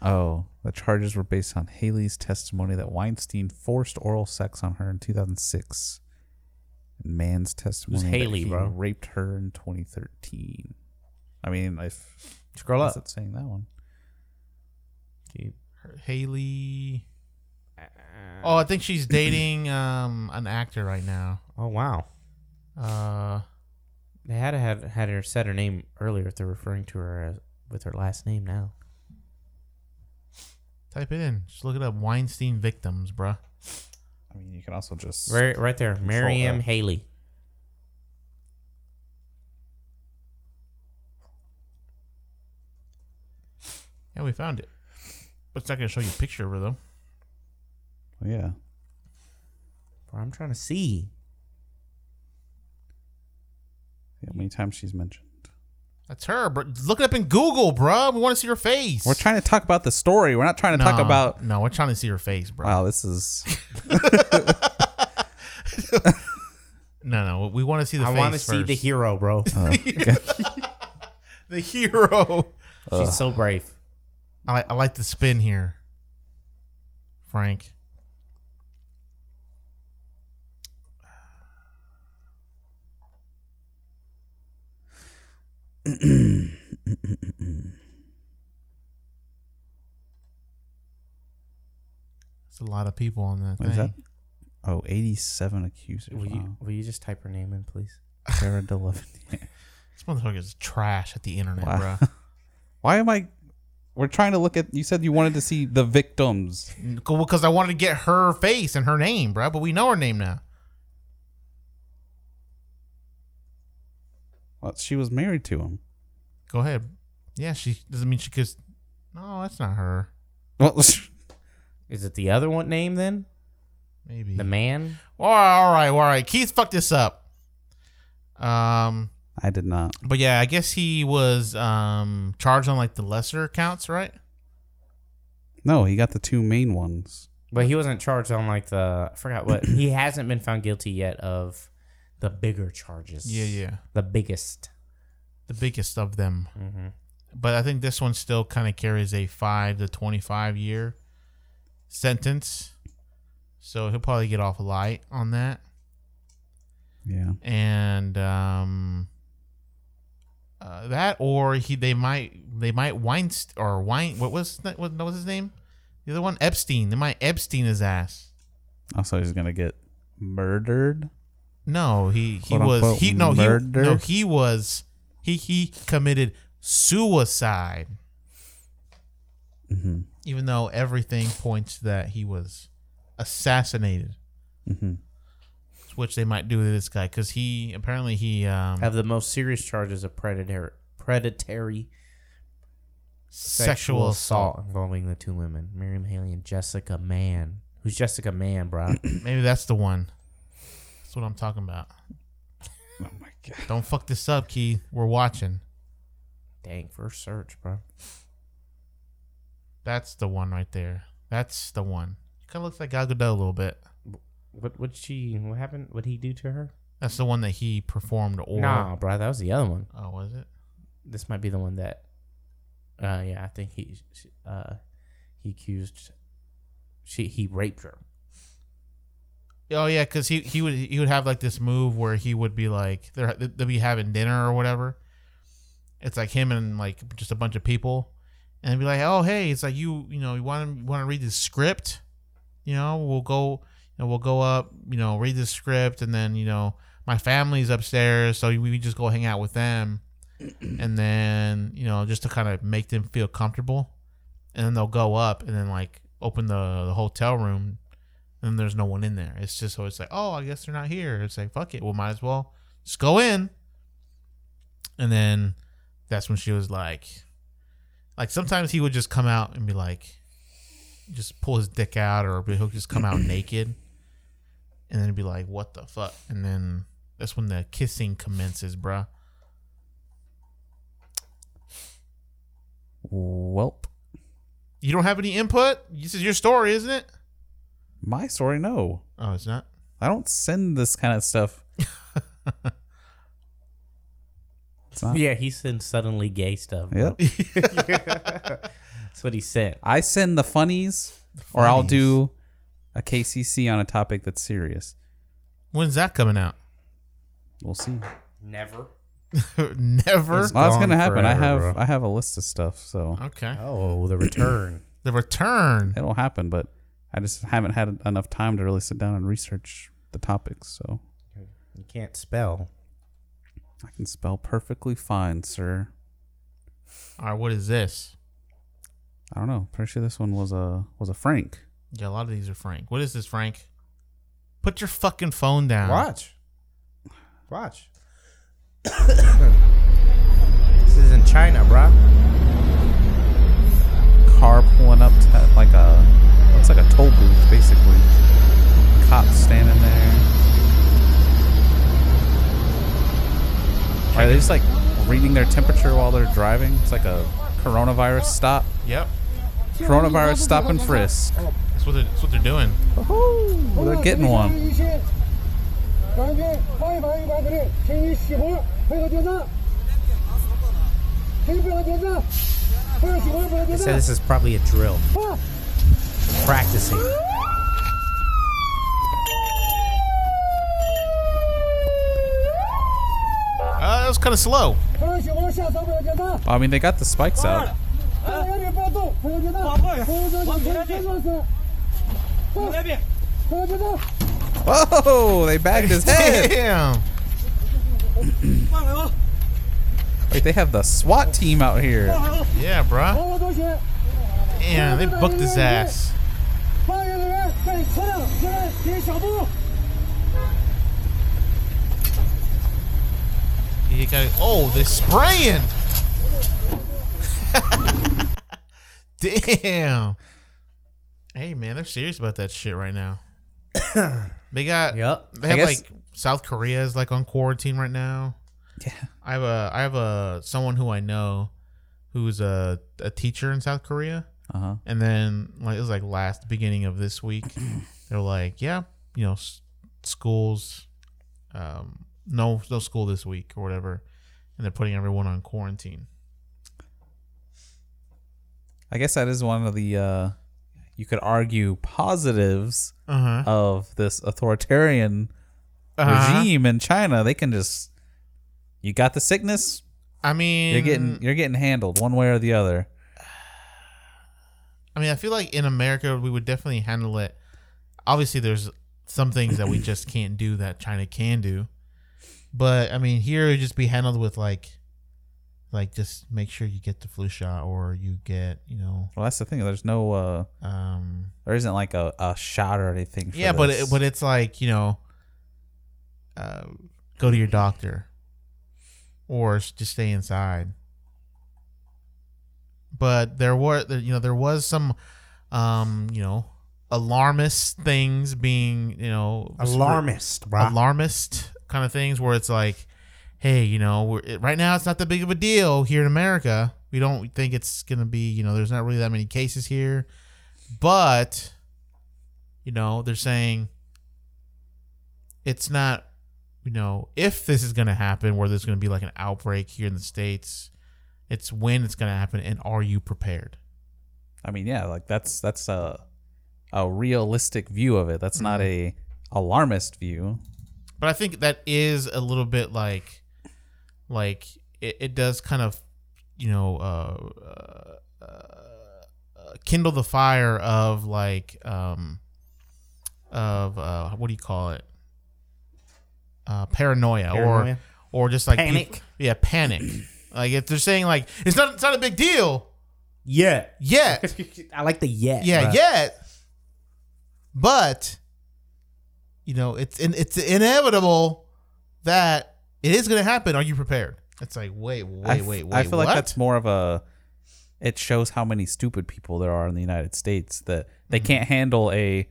A: Oh, the charges were based on Haley's testimony that Weinstein forced oral sex on her in 2006. man's testimony that
I: Haley,
A: he
I: bro?
A: raped her in 2013. I mean, if
I: Scroll
A: unless
I: up.
A: it's saying that one.
I: Keep-
D: Haley. Oh, I think she's dating um an actor right now.
C: Oh wow.
D: Uh,
C: They had to have had her said her name earlier if they're referring to her as, with her last name now.
D: type it in. Just look it up. Weinstein victims, bruh.
A: I mean, you can also just
C: Right, right there, Miriam
A: F.
C: Haley.
D: Yeah, we found it. But it's not gonna show you a picture of her though.
A: yeah.
C: Bro, I'm trying to see.
A: yeah. Many times she's mentioned.
D: That's her. Bro. Look it up in Google, bruh. We want to see her face.
A: We're trying to talk about the story. We're not trying to talk
D: No,
A: about.
D: No, we're trying to see her face, bro.
A: Wow, this is
D: No, no. We want to see the
C: I
D: face.
C: want to see the
D: first.
C: hero, bro.
D: the hero.
C: She's so brave.
D: I, li- I like the spin here, Frank. It's a lot of people on that
A: what is that?
D: thing.
A: Oh, 87 accusers.
C: Will you
A: Wow.
C: will you just type her name in, please?
A: Cara Delevingne.
D: This motherfucker is trash at the internet,
A: Wow.
D: bruh.
A: Why am I? We're trying to look at. You said you wanted to see the victims.
D: Because I wanted to get her face and her name, bruh. But we know her name now.
A: Well, she was married to him.
D: Go ahead. Yeah, she doesn't mean she kissed. No, that's not her.
A: Well,
C: Is it the other one name then?
D: Maybe.
C: The man?
D: All right, all right, all right. Keith fucked this up. Um,
A: I did not.
D: but yeah, I guess he was um charged on like the lesser counts, right?
A: No, he got the two main ones.
C: But he wasn't charged on like the I forgot what. he hasn't been found guilty yet of the bigger charges.
D: Yeah, yeah.
C: The biggest.
D: The biggest of them.
C: hmm
D: But I think this one still kind of carries a five to twenty-five year sentence, so he'll probably get off light on that.
A: Yeah.
D: and um, uh, that or he they might they might Weinst or Wein what was that, what, what was his name the other one Epstein they might Epstein his ass
A: Also, he's gonna get murdered.
D: no he he
A: Quote,
D: was
A: unquote,
D: he no he,
A: murder?
D: no he was he he committed suicide
A: Mhm.
D: even though everything points that he was assassinated
A: Mhm.
D: which they might do to this guy because he apparently he um
C: Have the most serious charges of predatory predatory
D: sexual assault
C: involving the two women, Miriam Haley and Jessica Mann. Who's Jessica Mann, bro?
D: Maybe that's the one. That's what I'm talking about.
A: Oh my god.
D: Don't fuck this up, Key. We're watching.
C: Dang, first search, bro.
D: That's the one right there. That's the one. Kind of looks like Gal Gadot a little bit.
C: What what she what happened? What he do to her?
D: That's the one that he performed. Or
C: Nah, bro, that was the other one.
D: oh, was it?
C: This might be the one that. Uh, yeah, I think he she- uh, he accused. She he raped her.
D: Oh yeah, because he he would he would have like this move where he would be like they're they'll be having dinner or whatever. It's like him and like just a bunch of people, and they'd be like, oh hey, it's like you you know you want to want to read this script, you know we'll go you know, we'll go up you know read this script and then you know my family's upstairs so we- we just go hang out with them, and then you know just to kind of make them feel comfortable, and then they'll go up and then like open the, the hotel room and there's no one in there. It's just so it's like, oh, I guess they're not here. It's like, fuck it, we might as well just go in. And then that's when she was like, like sometimes he would just come out and be like, just pull his dick out, or he'll just come out naked, and then be like, what the fuck? And then that's when the kissing commences, bruh.
A: Welp.
D: You don't have any input. This is your story, isn't it?
A: My story. No,
D: Oh, it's not.
A: I don't send this kind of stuff. it's not.
C: Yeah, he sent suddenly gay stuff. bro.
A: Yep.
C: That's what he sent.
A: I send the funnies, or I'll do a KCC on a topic that's serious.
D: When's that coming out?
A: We'll see.
H: Never.
D: Never.
A: Well, that's
J: Gone
A: gonna happen. I have
J: forever, bro.
A: I have a list of stuff, so
D: Okay.
J: Oh, the return.
D: The return.
A: it'll happen. But I just haven't had enough time to really sit down and research the topics. So
C: You can't spell.
A: I can spell perfectly fine, sir.
D: All right. What is this?
A: I don't know. Pretty sure this one was a was a Frank.
D: Yeah, a lot of these are Frank. What is this, Frank? Put your fucking phone down.
C: Watch. Watch. this is in China, bruh.
A: car pulling up to like a it's like a toll booth basically. Cops standing there. Are they just like reading their temperature while they're driving? It's like a coronavirus stop.
D: Yep.
A: Coronavirus stop and frisk.
D: That's what they're, that's what they're doing.
A: Well, they're getting one.
C: They said this is probably a drill. Practicing.
D: Uh, that was kind of slow.
A: I mean, they got the spikes out. Whoa! They bagged his head.
D: Damn.
A: Wait, they have the SWAT team out here.
D: Yeah,
K: Oh,
D: bruh. Damn, they booked his ass. You got Oh, they're spraying. Damn. Hey man, they're serious about that shit right now. they got.
C: Yep.
D: They
A: I
D: have
A: guess-
D: like South Korea is like on quarantine right now.
A: Yeah.
D: I have a I have a someone who I know who's a a teacher in South Korea.
A: Uh huh.
D: And then like it was like last beginning of this week, they're like, yeah, you know, s- schools, um, no, no school this week or whatever, and they're putting everyone on quarantine.
A: I guess that is one of the uh, you could argue positives
D: Uh huh.
A: of this authoritarian
D: Uh-huh.
A: regime in China. They can just you got the sickness,
D: I mean,
A: you're getting you're getting handled one way or the other.
D: I mean, I feel like in America we would definitely handle it. Obviously, there's some things that we just can't do that China can do, but I mean, here it would just be handled with like, like just make sure you get the flu shot or you get, you know,
A: Well, that's the thing. There's no uh,
D: um,
A: there isn't like a, a shot or anything. For
D: yeah, but it,
A: this.
D: but it's like you know, uh, go to your doctor, or s- just stay inside. But there were there, you know there was some, um, you know, alarmist things being you know
C: Alarmist, bruh.
D: alarmist kind of things where it's like, hey, you know, we're, it- right now it's not that big of a deal here in America. We don't think it's gonna be, you know, there's not really that many cases here, but, you know, they're saying it's not, you know, if this is gonna happen, where there's gonna be like an outbreak here in the states, it's when it's gonna happen, and are you prepared?
A: I mean, yeah, like that's that's a a realistic view of it. That's not
D: Mm-hmm.
A: a alarmist view.
D: but I think that is a little bit like, like it, it does kind of, you know, uh, uh, uh, kindle the fire of like, um, of uh, what do you call it? Uh, paranoia,
C: Paranoia?
D: or or just like
C: Panic?
D: yeah, panic. like if they're saying like it's not it's not a big deal
C: Yeah.
D: yet,
C: I like the yet.
D: yeah,
C: bruh.
D: yet. But you know, it's in, it's inevitable that it is going to happen. Are you prepared? It's like wait, wait,
A: I f-
D: wait, wait.
A: I feel
D: what?
A: like that's more of a. It shows how many stupid people there are in the United States that they
D: Mm-hmm.
A: can't handle a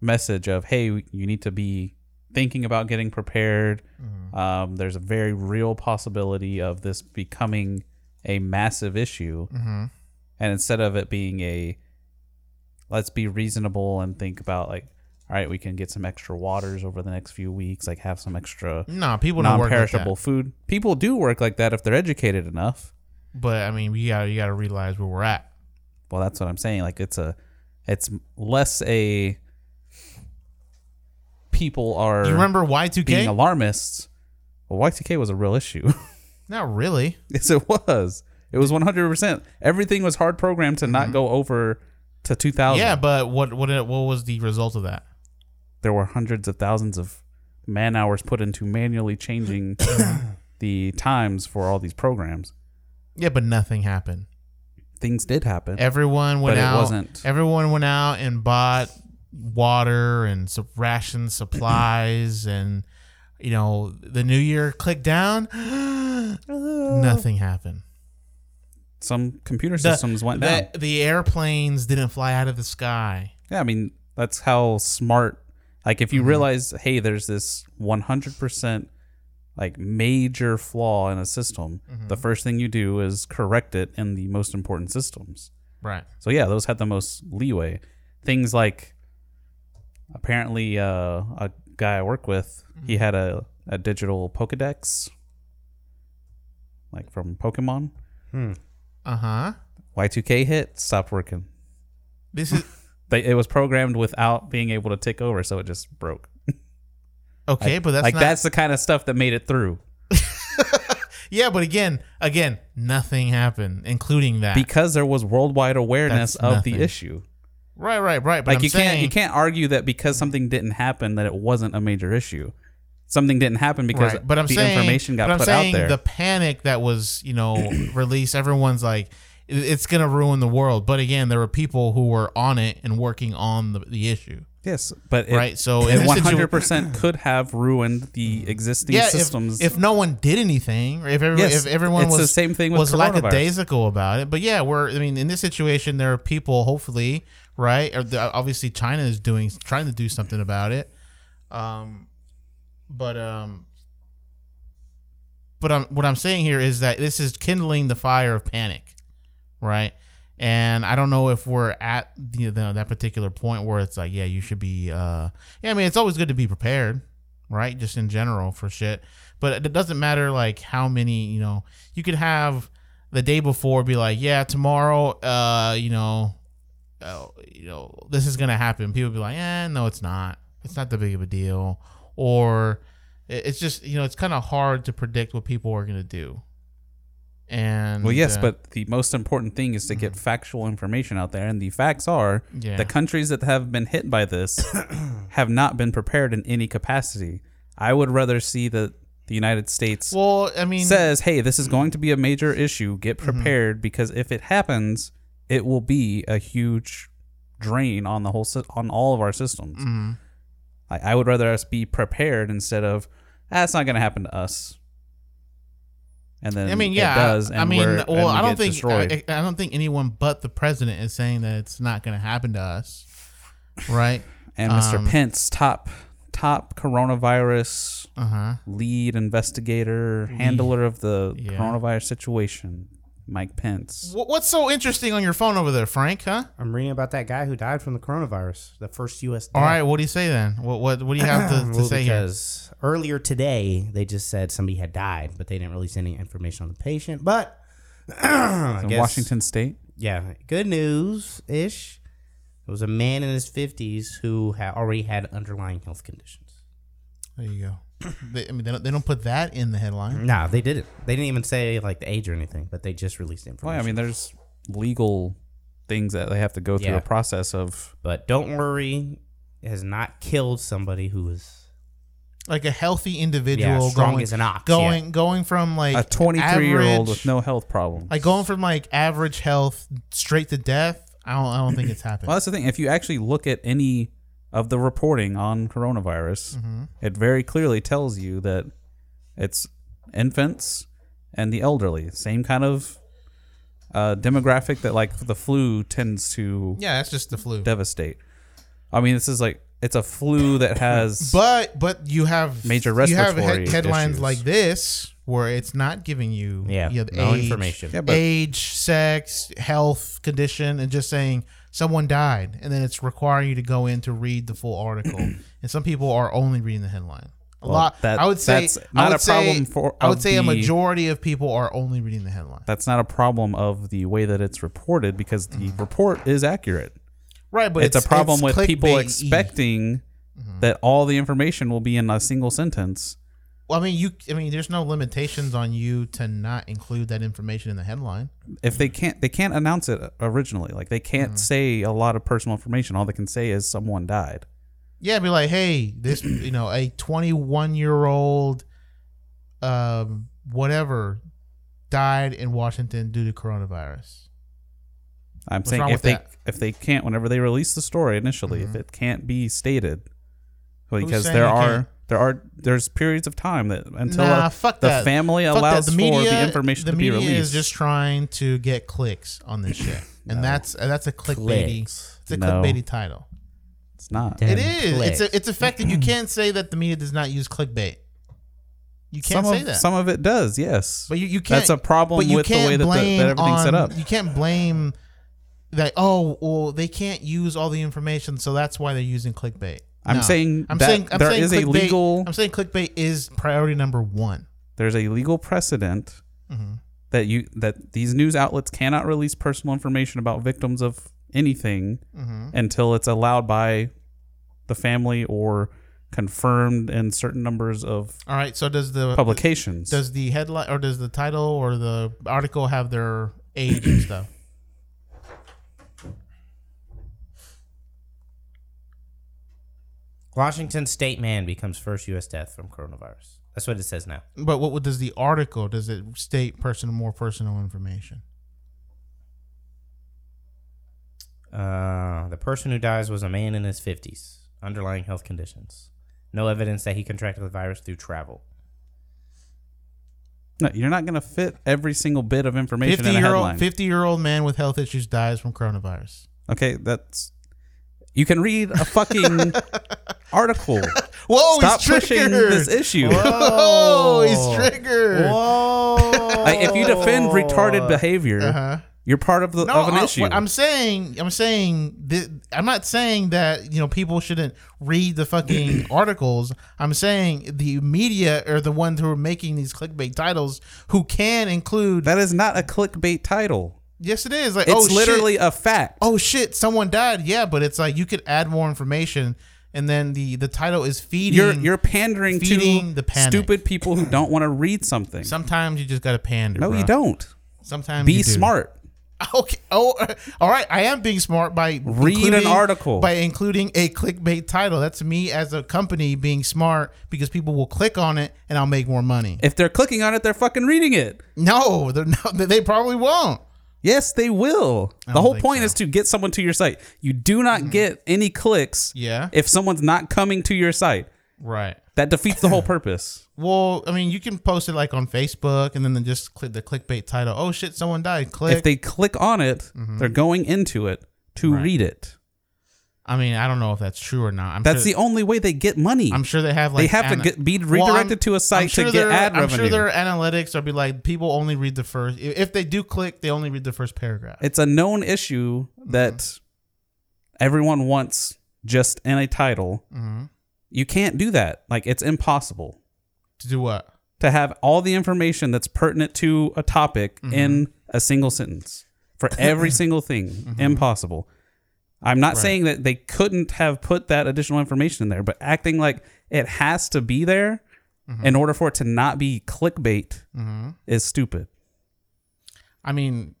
A: message of "Hey, you need to be thinking about getting prepared."
D: Mm-hmm.
A: Um, there's a very real possibility of this becoming a massive issue,
D: Mhm.
A: and instead of it being a let's be reasonable and think about like all right we can get some extra waters over the next few weeks like have some extra
D: no people don't work like
A: non-perishable
D: that.
A: food. People do work like that if they're educated enough.
D: But I mean, you got you got to realize where we're at.
A: Well, that's what I'm saying. Like it's a, it's less a people are
D: You remember Y2K?
A: being alarmists. Well, Y2K was a real issue.
D: Not really.
A: yes, it was. It was 100%. Everything was hard programmed to not go over to
D: Mm-hmm.
A: 2000.
D: Yeah, but what what what was the result of that?
A: there were hundreds of thousands of man hours put into manually changing the times for all these programs.
D: Yeah, but nothing happened.
A: Things did happen.
D: Everyone went
A: But it
D: out.
A: wasn't.
D: Everyone went out and bought water and some ration supplies, and you know the new year clicked down. nothing happened.
A: Some computer
D: The-
A: systems went down.
D: the, the airplanes didn't fly out of the sky.
A: Yeah, I mean, that's how smart. Like, if you realize, hey, there's this 100% like major flaw in a system, the first thing you do is correct it in the most important systems.
D: Right.
A: So, yeah, those had the most leeway. Things like apparently, uh, a guy I work with, he had a, a digital Pokedex, like from Pokemon.
D: Uh huh.
A: Y2K hit, stopped working.
D: This is
A: They, it was programmed without being able to tick over, so it just broke.
D: okay, but that's
A: like
D: not,
A: that's the kind of stuff that made it through
D: yeah. But again, again, nothing happened, including that.
A: because there was worldwide awareness
D: That's
A: of the
D: nothing.
A: issue.
D: right, right, right. But
A: Like
D: I'm
A: you
D: saying,
A: can't you can't argue that because something didn't happen that it wasn't a major issue. Something didn't happen because
D: Right, But I'm
A: the
D: saying,
A: information got
D: but I'm
A: put
D: saying
A: out there.
D: The panic that was, you know, released. Everyone's like, "It- it's gonna ruin the world. But again, there were people who were on it and working on the, the issue.
A: yes, but it,
D: right. So in
A: it
D: this situa-
A: 100% could have ruined the existing
D: yeah, if-
A: systems.
D: If, no one did anything, or if, every,
A: Yes,
D: if everyone
A: it's
D: was
A: the same thing with
D: was
A: coronavirus.
D: lackadaisical about it, but yeah, we're I mean in this situation there are people hopefully right or the, obviously China is doing trying to do something about it, um, but um, but I'm, what I'm saying here is that this is kindling the fire of panic, right? And I don't know if we're at you know, that particular point where it's like, yeah, you should be. Uh, yeah, I mean, it's always good to be prepared, right? Just in general for shit. But it doesn't matter like how many. You know, you could have the day before be like, yeah, tomorrow. Uh, you know, oh, you know, this is gonna happen. People be like, eh, no, it's not. It's not that big of a deal. Or it- it's just you know, it's kind of hard to predict what people are gonna do. And
A: well, yes,
D: uh, Mm-hmm.
A: but the most important thing is to get factual information out there, and the facts are
D: Yeah.
A: the countries that have been hit by this have not been prepared in any capacity. I would rather see that the United States
D: well, I mean, mm. Mm-hmm.
A: says, "Hey, this is going to be a major issue. Get prepared because if it happens, it will be a huge drain on the whole sy- on all of our systems."
D: Mm-hmm.
A: I, I would rather us be prepared instead of that's not going to happen to us. And then
D: I mean,
A: it
D: yeah.
A: does, and
D: I mean,
A: we're-
D: well,
A: and we
D: I don't
A: get
D: think uh,
A: destroyed.
D: I, I don't think anyone but the president is saying that it's not going to happen to us, right?
A: and Mr.
D: um,
A: Pence, top top coronavirus
D: Uh huh.
A: lead investigator, handler of the
D: Yeah.
A: coronavirus situation, Mike Pence.
D: What's so interesting on your phone over there, Frank? Huh?
J: I'm reading about that guy who died from the coronavirus, the first U.S.
D: All right. What do you say then? What what what do you have to, to
J: Well,
D: say here?
J: because earlier today they just said somebody had died, but they didn't release any information on the patient. But I
A: In
J: guess-
A: Washington State,
J: yeah, good news ish. It was a man in his 50s who had already had underlying health conditions.
D: There you go. they, I mean, they don't, they don't put that in the
A: Mm-hmm.
D: headline.
J: No, they didn't. They didn't even say like the age or anything, but they just released the
A: well,
J: information.
A: I mean, there's legal things that they have to go through
J: Yeah.
A: a process of.
J: but don't worry, it has not killed somebody who was
D: Like a healthy individual
J: yeah, strong
D: going
J: as an ox.
D: going going from like
A: A 23 year old with
D: average-
A: no health problems.
D: like going from like average health straight to death. I don't I don't think it's happened.
A: well, that's the thing. If you actually look at any of the reporting on coronavirus,
D: Mm-hmm.
A: it very clearly tells you that it's infants and the elderly, same kind of uh, demographic that like the flu tends to
D: yeah, that's just the flu.
A: devastate. I mean, this is like it's a flu that has
D: But but you have
A: Major
D: you have
A: respiratory
D: he- headlines
A: issues.
D: like this where it's not giving you
J: Yeah,
D: you have
J: no
D: age,
J: information.
A: Yeah, but-
D: age, sex, health condition, and just saying someone died, and then it's requiring you to go in to read the full article. and some people are only reading the headline. A
A: Well,
D: lot.
A: that-
D: I would say
A: that's not
D: I would
A: a problem
D: say,
A: for-
D: I would
A: of
D: say a
A: the-
D: majority of people are only reading the headline.
A: that's not a problem of the way that it's reported because the report is accurate.
D: Right, Mm-hmm. but
A: it's, a problem with people
D: clickbait-y.
A: expecting
D: Mm-hmm.
A: that all the information will be in a single sentence.
D: Well, I mean, you. I mean, there's no limitations on you to not include that information in the headline.
A: If
D: Mm-hmm.
A: they can't, they can't announce it originally. Like they can't say a lot of personal information. All they can say is someone died.
D: Yeah, be like, hey, this, you know, a 21 year old, um, whatever, died in Washington due to coronavirus.
A: I'm
D: What's
A: saying
D: wrong
A: if
D: with
A: they
D: that? Mm-hmm.
A: if they can't, whenever they release the story initially, if it can't be stated, because
D: saying
A: there
D: you
A: are
D: can't?
A: there are there's periods of time that until
D: nah,
A: a-
D: fuck
A: the
D: that.
A: family
D: Fuck that.
A: allows
D: the media,
A: for the information
D: the
A: to be
D: media
A: released.
D: is just trying to get clicks on this shit, and that's uh, that's a clickbaity. It's a
A: No.
D: clickbaity title.
A: it's not.
J: Damn
D: It is. It's
J: clicks.
D: a, it's a fact that you can't say that the media does not use clickbait. You can't
A: some
D: say
A: of
D: that.
A: some of it does, yes.
D: But you, you can't.
A: That's a problem
D: but you
A: with the
D: can't
A: way that, the,
D: blame
A: that everything's set
D: on-
A: up.
D: You can't blame that. Oh, well, they can't use all the information, so that's why they're using clickbait.
A: I'm saying that there is a
D: clickbait-
A: legal-
D: I'm saying clickbait is priority number one.
A: There's a legal precedent
D: Mm-hmm.
A: that you that these news outlets cannot release personal information about victims of anything
D: Mm-hmm.
A: until it's allowed by the family or confirmed in certain numbers of
D: All right. So does the
A: publications.
D: Uh, does the headline or does the title or the article have their age and stuff?
J: Washington state man becomes first U.S. death from coronavirus. That's what it says now.
D: But what does the article? Does it state personal more personal information?
J: Uh, the person who dies was a man in his 50s, underlying health conditions. No evidence that he contracted the virus through travel.
A: no, you're not going to fit every single bit of information
D: Fifty
A: in a
D: year
A: headline.
D: old fifty year old man with health issues dies from coronavirus.
A: okay, that's you can read a fucking article.
D: Whoa,
A: Stop
D: he's
A: pushing
D: triggered.
A: this issue.
D: Whoa,
A: Oh,
D: he's triggered.
A: Like, if you defend retarded behavior,
D: Oh. Uh-huh.
A: you're part of the
D: No,
A: of an
D: I,
A: issue.
D: am saying, I'm saying, th- I'm not saying that you know people shouldn't read the fucking articles. I'm saying the media are the ones who are making these clickbait titles who can include.
A: that is not a clickbait title.
D: yes, it is. Like,
A: It's
D: oh,
A: literally
D: shit.
A: a fact.
D: oh shit, someone died. Yeah, but it's like you could add more information, and then the the title is feeding.
A: you're you're pandering to
D: mm. feeding the panic.
A: stupid people who don't want to read something.
D: Sometimes you just gotta pander.
A: no,
D: bro.
A: you don't.
D: Sometimes
A: Be
D: you do.
A: smart.
D: Okay. Oh, uh, all right. I am being smart by
A: Read an
D: including-
A: article.
D: by including a clickbait title. That's me as a company being smart because people will click on it and I'll make more money.
A: If they're clicking on it, they're fucking reading it.
D: No, they're not, they probably won't.
A: Yes, they will. The
D: don't
A: whole
D: think
A: point
D: so. Mm.
A: is to get someone to your site. You do not get any clicks
D: Yeah.
A: if someone's not coming to your site.
D: Right.
A: That defeats the whole purpose.
D: Well, I mean, you can post it like on Facebook and then they just click the clickbait title. Oh shit, someone died. Click. Mm-hmm.
A: if they click on it, they're going into it to
D: Right.
A: read it.
D: I mean, I don't know if that's true or not. I'm
A: That's
D: sure,
A: the only way they get money.
D: I'm sure they have like
A: They have to get- be redirected
D: I'm-
A: to a site
D: I'm sure
A: to get
D: their-
A: ad
D: I'm
A: revenue.
D: sure their analytics are be like people only read the first. If if they do click, they only read the first paragraph.
A: it's a known issue
D: Mm-hmm.
A: that everyone wants just in a title.
D: Mm-hmm.
A: You can't do that. Like it's impossible
D: to do what?
A: to have all the information that's pertinent to a topic
D: Mm-hmm.
A: in a single sentence for every single thing.
D: Mm-hmm.
A: Impossible. I'm not saying that they couldn't have put that additional information in there, but acting like it has to be there
D: Mm-hmm.
A: in order for it to not be clickbait is stupid.
D: I mean,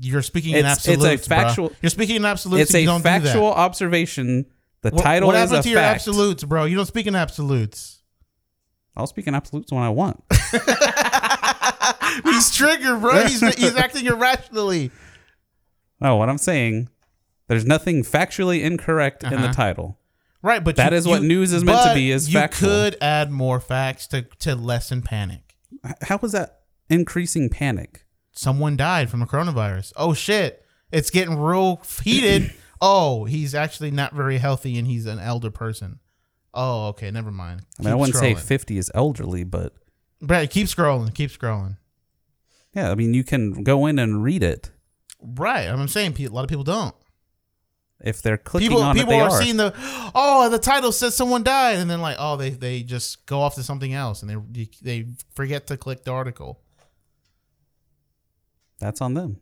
D: you're speaking in
A: It's- it's a
D: absolutes. bruh.
A: factual-
D: You're speaking in absolutes.
A: It's
D: and you
A: a
D: don't
A: factual
D: Do that.
A: observation. The
D: What-
A: title
D: what
A: is
D: happened
A: a
D: to your
A: fact.
D: absolutes, bro? You don't speak in absolutes.
A: I'll speak in absolutes when I want.
D: He's triggered, bro. He's, he's acting irrationally.
A: No, what I'm saying, there's nothing factually incorrect in
D: Uh-huh.
A: the title.
D: Right, but
A: That
D: you,
A: is what
D: you-
A: news is meant to
D: but
A: be, is
D: you
A: factual.
D: could add more facts to to lessen panic.
A: H- How is that increasing panic?
D: Someone died from the coronavirus. Oh shit! It's getting real heated. oh, he's actually not very healthy, and he's an elder person. Oh, okay, never mind.
A: I mean, I
D: Keep
A: wouldn't say
D: scrolling.
A: 50 is elderly, but
D: Brad, keep scrolling. Keep scrolling.
A: yeah, I mean, you can go in and read it
D: Right. I'm saying pe- a lot of people don't.
A: if they're clicking
D: People
A: on
D: people
A: it. They
D: are,
A: are.
D: seeing the oh the title says someone died and then like oh they they just go off to something else and they they forget to click the article.
A: That's on them.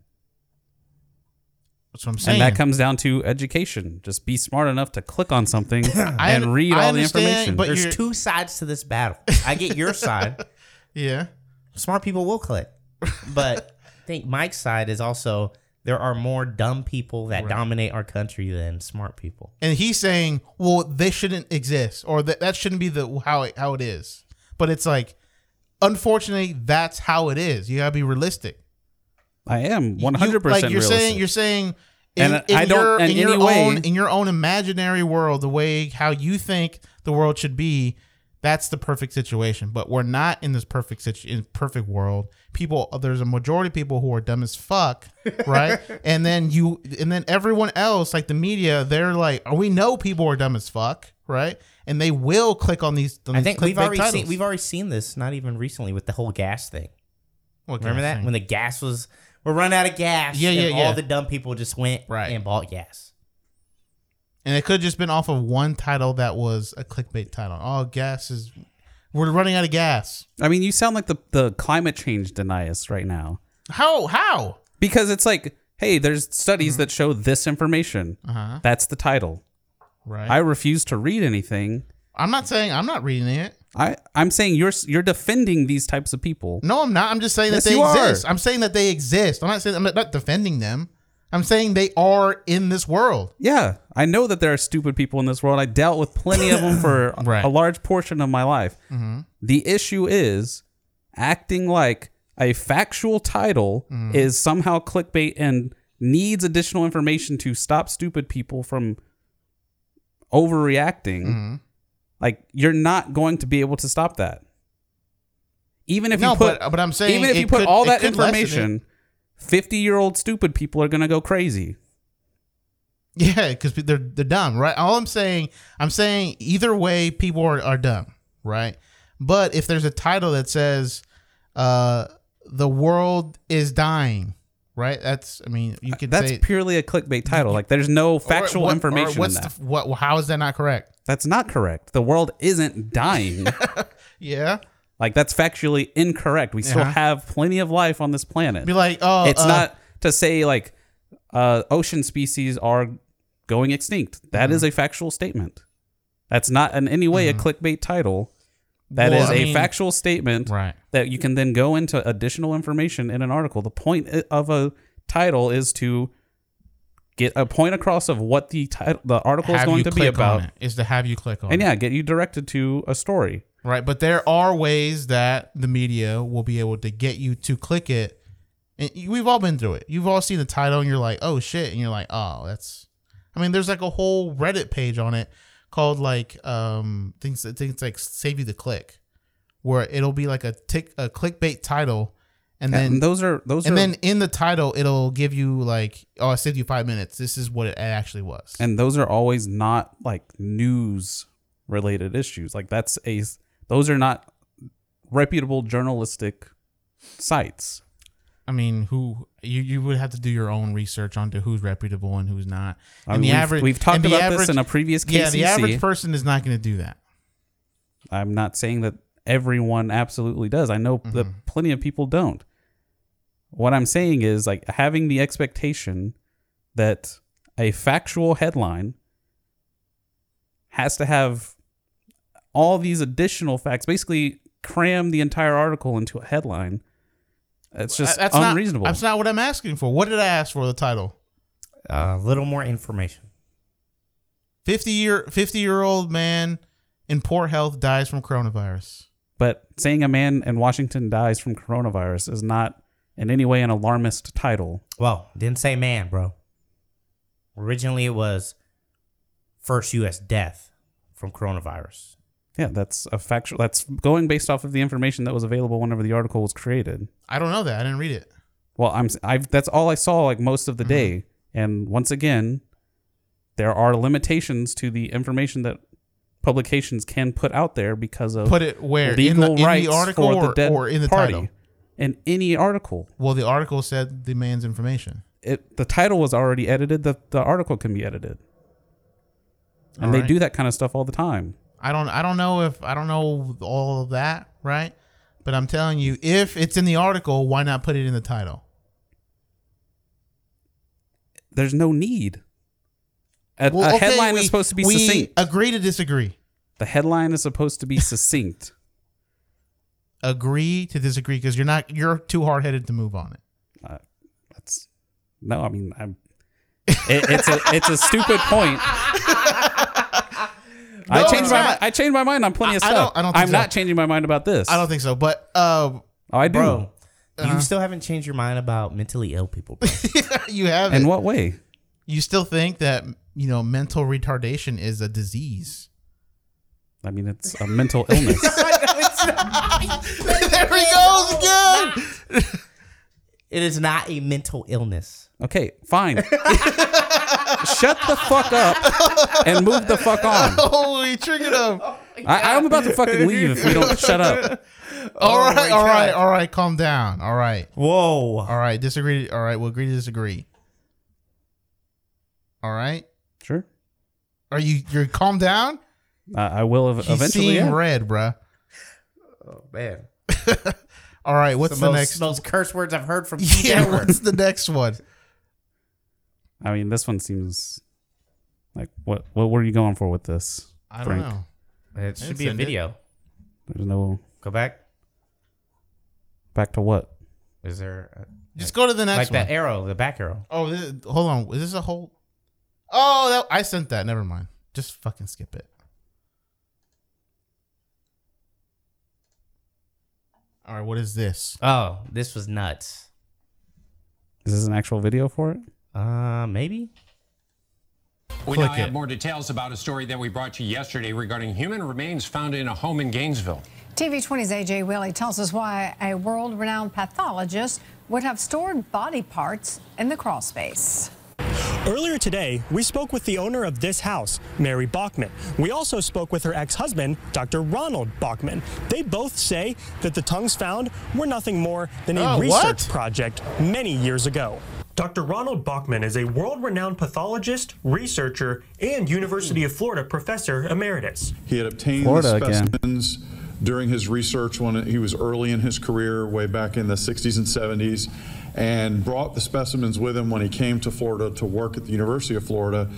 D: That's what I'm saying.
A: And that comes down to education. Just be smart enough to click on something
D: I
A: and
D: un-
A: read
D: I
A: all the
D: understand,
A: information.
D: but
A: There's-
D: you're-
J: There's two sides to this battle. I get your side.
D: yeah.
J: Smart people will click. But I think Mike's side is also there are more dumb people that dominate our country than smart people.
D: And he's saying, well, they shouldn't exist, or that that shouldn't be the how it, how it is. But it's like, unfortunately, that's how it is. You gotta be realistic.
A: I am
D: You-
A: 100
D: like
A: percent
D: you're saying you're saying in,
A: And
D: in
A: I don't-
D: your,
A: in
D: in your
A: any way-
D: own in your own imaginary world the way how you think the world should be that's the perfect situation but we're not in this perfect situ- in perfect world people there's a majority of people who are dumb as fuck right and then you and then everyone else like the media they're like oh, we know people are dumb as fuck right and they will click on these on
J: I
D: these
J: think we've
D: clickbait
J: already seen
D: titles.
J: we've already seen this, not even recently, with the whole gas thing.
D: What kind
J: Remember
D: of
J: that?
D: thing?
J: When the gas was we're running out of gas.
D: Yeah, yeah,
J: and
D: yeah.
J: All the dumb people just went
D: Right.
J: and bought gas.
D: And it could have just been off of one title that was a clickbait title. Oh, gas is. We're running out of gas.
A: I mean, you sound like the, the climate change deniers right now.
D: How? How?
A: Because it's like, hey, there's studies that show this information.
D: Mm-hmm. Uh-huh.
A: That's the title.
D: Right.
A: I refuse to read anything.
D: I, am not saying I'm not reading it.
A: I, I'm saying you're s- you're defending these types of people.
D: No, I'm not. I'm just saying
A: Yes,
D: that they
A: you are.
D: exist. I'm saying that they exist. I'm not saying I'm not defending them. I'm saying they are in this world.
A: Yeah, I know that there are stupid people in this world. I dealt with plenty of them for a-
D: Right. Mm-hmm.
A: a large portion of my life. The issue is acting like a factual title
D: Mm-hmm.
A: is somehow clickbait and needs additional information to stop stupid people from overreacting.
D: Mm-hmm.
A: Like you're not going to be able to stop that. Even if
D: no,
A: you put
D: but but I'm saying
A: even if
D: it
A: you put
D: could-
A: all
D: it
A: that
D: could lessen it.
A: information, 50 year old stupid people are going to go crazy.
D: Yeah, because they're they're dumb, right? All I'm saying, I'm saying either way, people are, are dumb, right? But if there's a title that says, uh, "The world is dying," right? That's, I mean, you could
A: Uh, That's
D: say
A: purely a clickbait title. Like there's no
D: or
A: factual
D: what- or
A: information in
D: What's
A: that.
D: the, what? How is that not correct?
A: that's not correct. The world isn't dying.
D: Yeah,
A: like that's factually incorrect. We still
D: Uh-huh.
A: have plenty of life on this planet.
D: be like, oh,
A: it's
D: uh,
A: not to say like uh, ocean species are going extinct. That
D: Mm-hmm.
A: is a factual statement. That's not in any way a clickbait title. That
D: Well,
A: is a
D: I mean-
A: factual statement
D: right.
A: that you can then go into additional information in an article. The point i- of a title is to get a point across of what the title, the article is
D: Have
A: going
D: you
A: to be
D: click
A: about,
D: on it is to have you click on
A: and
D: it.
A: yeah, get you directed to a story.
D: right? But there are ways that the media will be able to get you to click it. And you- we've all been through it. You've all seen the title and you're like, oh shit. And you're like, oh, that's. I mean, there's like a whole Reddit page on it called like um things things like save you the click, where it'll be like a tick a clickbait title, and
A: And,
D: then
A: those are those
D: and
A: are
D: then in the title it'll give you like oh I saved you five minutes. This is what it actually was.
A: and those are always not like news related issues. Like that's a those are not reputable journalistic sites.
D: I mean, who you, you would have to do your own research onto who's reputable and who's not.
A: I
D: and
A: mean,
D: the
A: we've-
D: average
A: we've talked
D: and the
A: about this in a previous
D: Yeah, the
A: KCC.
D: average person is not going to do that.
A: I'm not saying that everyone absolutely does. I know that
D: Mm-hmm.
A: plenty of people don't. What I'm saying is like having the expectation that a factual headline has to have all these additional facts, basically cram the entire article into a headline. It's just
D: I- that's not-
A: unreasonable.
D: that's not what I'm asking for. What did I ask for? The title.
J: A little more information.
D: Fifty year fifty year old man in poor health dies from coronavirus.
A: but saying a man in Washington dies from coronavirus is not in any way an alarmist title.
J: Well, didn't say man, bro. Originally, it was first U.S. death from coronavirus.
A: Yeah, that's a factual. That's going based off of the information that was available whenever the article was created.
D: I don't know that. I didn't read it.
A: Well, I'm I've that's all I saw like most
D: Mm-hmm.
A: of the day. And once again, there are limitations to the information that publications can put out there because of
D: Put it where in the,
A: legal
D: in
A: rights
D: the article
A: for the
D: or,
A: dead
D: or in the
A: party.
D: title.
A: In any article,
D: Well, the article said the man's information.
A: it the title was already edited. The the article can be edited, and they
D: Alright.
A: do that kind of stuff all the time.
D: I don't I don't know if I don't know all of that, right? But I'm telling you, if it's in the article, why not put it in the title?
A: There's no need. A, a headline is supposed to be
D: we
A: succinct.
D: Agree to disagree.
A: The headline is supposed to be succinct.
D: Agree to disagree because you're not you're too hard headed to move on it.
A: Uh, that's no. I mean, I'm. It, it's a it's a stupid point. I
D: No,
A: changed
D: it's
A: my
D: not.
A: I changed my mind on plenty of
D: I- I
A: stuff.
D: don't- I don't think
A: am
D: so.
A: not changing my mind about this.
D: I don't think so, but uh,
A: Oh, I do.
J: Bro,
D: Uh-huh.
J: you still haven't changed your mind about mentally ill people. bro.
D: you have
A: In
D: it.
A: what way?
D: you still think that you know mental retardation is a disease.
A: I mean, it's a mental illness.
D: there he goes again.
J: it is not a mental illness.
A: Okay, fine. Shut the fuck up and move the fuck on.
D: Oh, he triggered him.
A: I, I'm about to fucking leave if we don't shut up.
D: All right, all right, all right, Calm down. All right,
J: Whoa.
D: all right. Disagree. All right, we'll agree to disagree. All right.
A: Sure.
D: Are you you're calm down?
A: I I will ev-
D: He's
A: eventually.
D: seeing
A: yeah.
D: red, bruh.
J: Oh, Man.
D: All right, what's the,
J: most,
D: next?
J: most curse words I've heard from
D: yeah, what's the next one?
A: I mean, this one seems like what? What were you going for with this?
D: I don't
A: Frank?
D: know.
H: It should
D: It's
H: be a
D: ended.
H: video.
A: There's no
H: Go back.
A: back to what?
H: Is there a,
D: Just go to the
H: like
D: next
H: that
D: one.
H: arrow, the back arrow?
D: Oh, this, is- hold on. Is this a whole? Oh, that, I sent that. Never mind. Just fucking skip it. All right, what is this?
J: Oh, this was nuts.
A: Is this an actual video for it?
J: Uh, maybe?
L: We
D: Click
L: now
D: it.
L: have more details about a story that we brought you yesterday regarding human remains found in a home in Gainesville.
E: TV20's AJ Willie tells us why a world renowned pathologist would have stored body parts in the crawl space.
L: Earlier today, we spoke with the owner of this house, Mary Bachman. We also spoke with her ex husband, Dr. Ronald Bachman. They both say that the tongues found were nothing more than a
E: Ah,
D: Oh,
L: research
D: what?
L: project many years ago. Dr. Ronald Bachman is a world renowned pathologist, researcher, and University of Florida professor emeritus.
E: He had obtained
A: Florida again.
E: specimens during his research when he was early in his career, way back in the 60s and 70s, and brought the specimens with him when he came to Florida to work at the University of Florida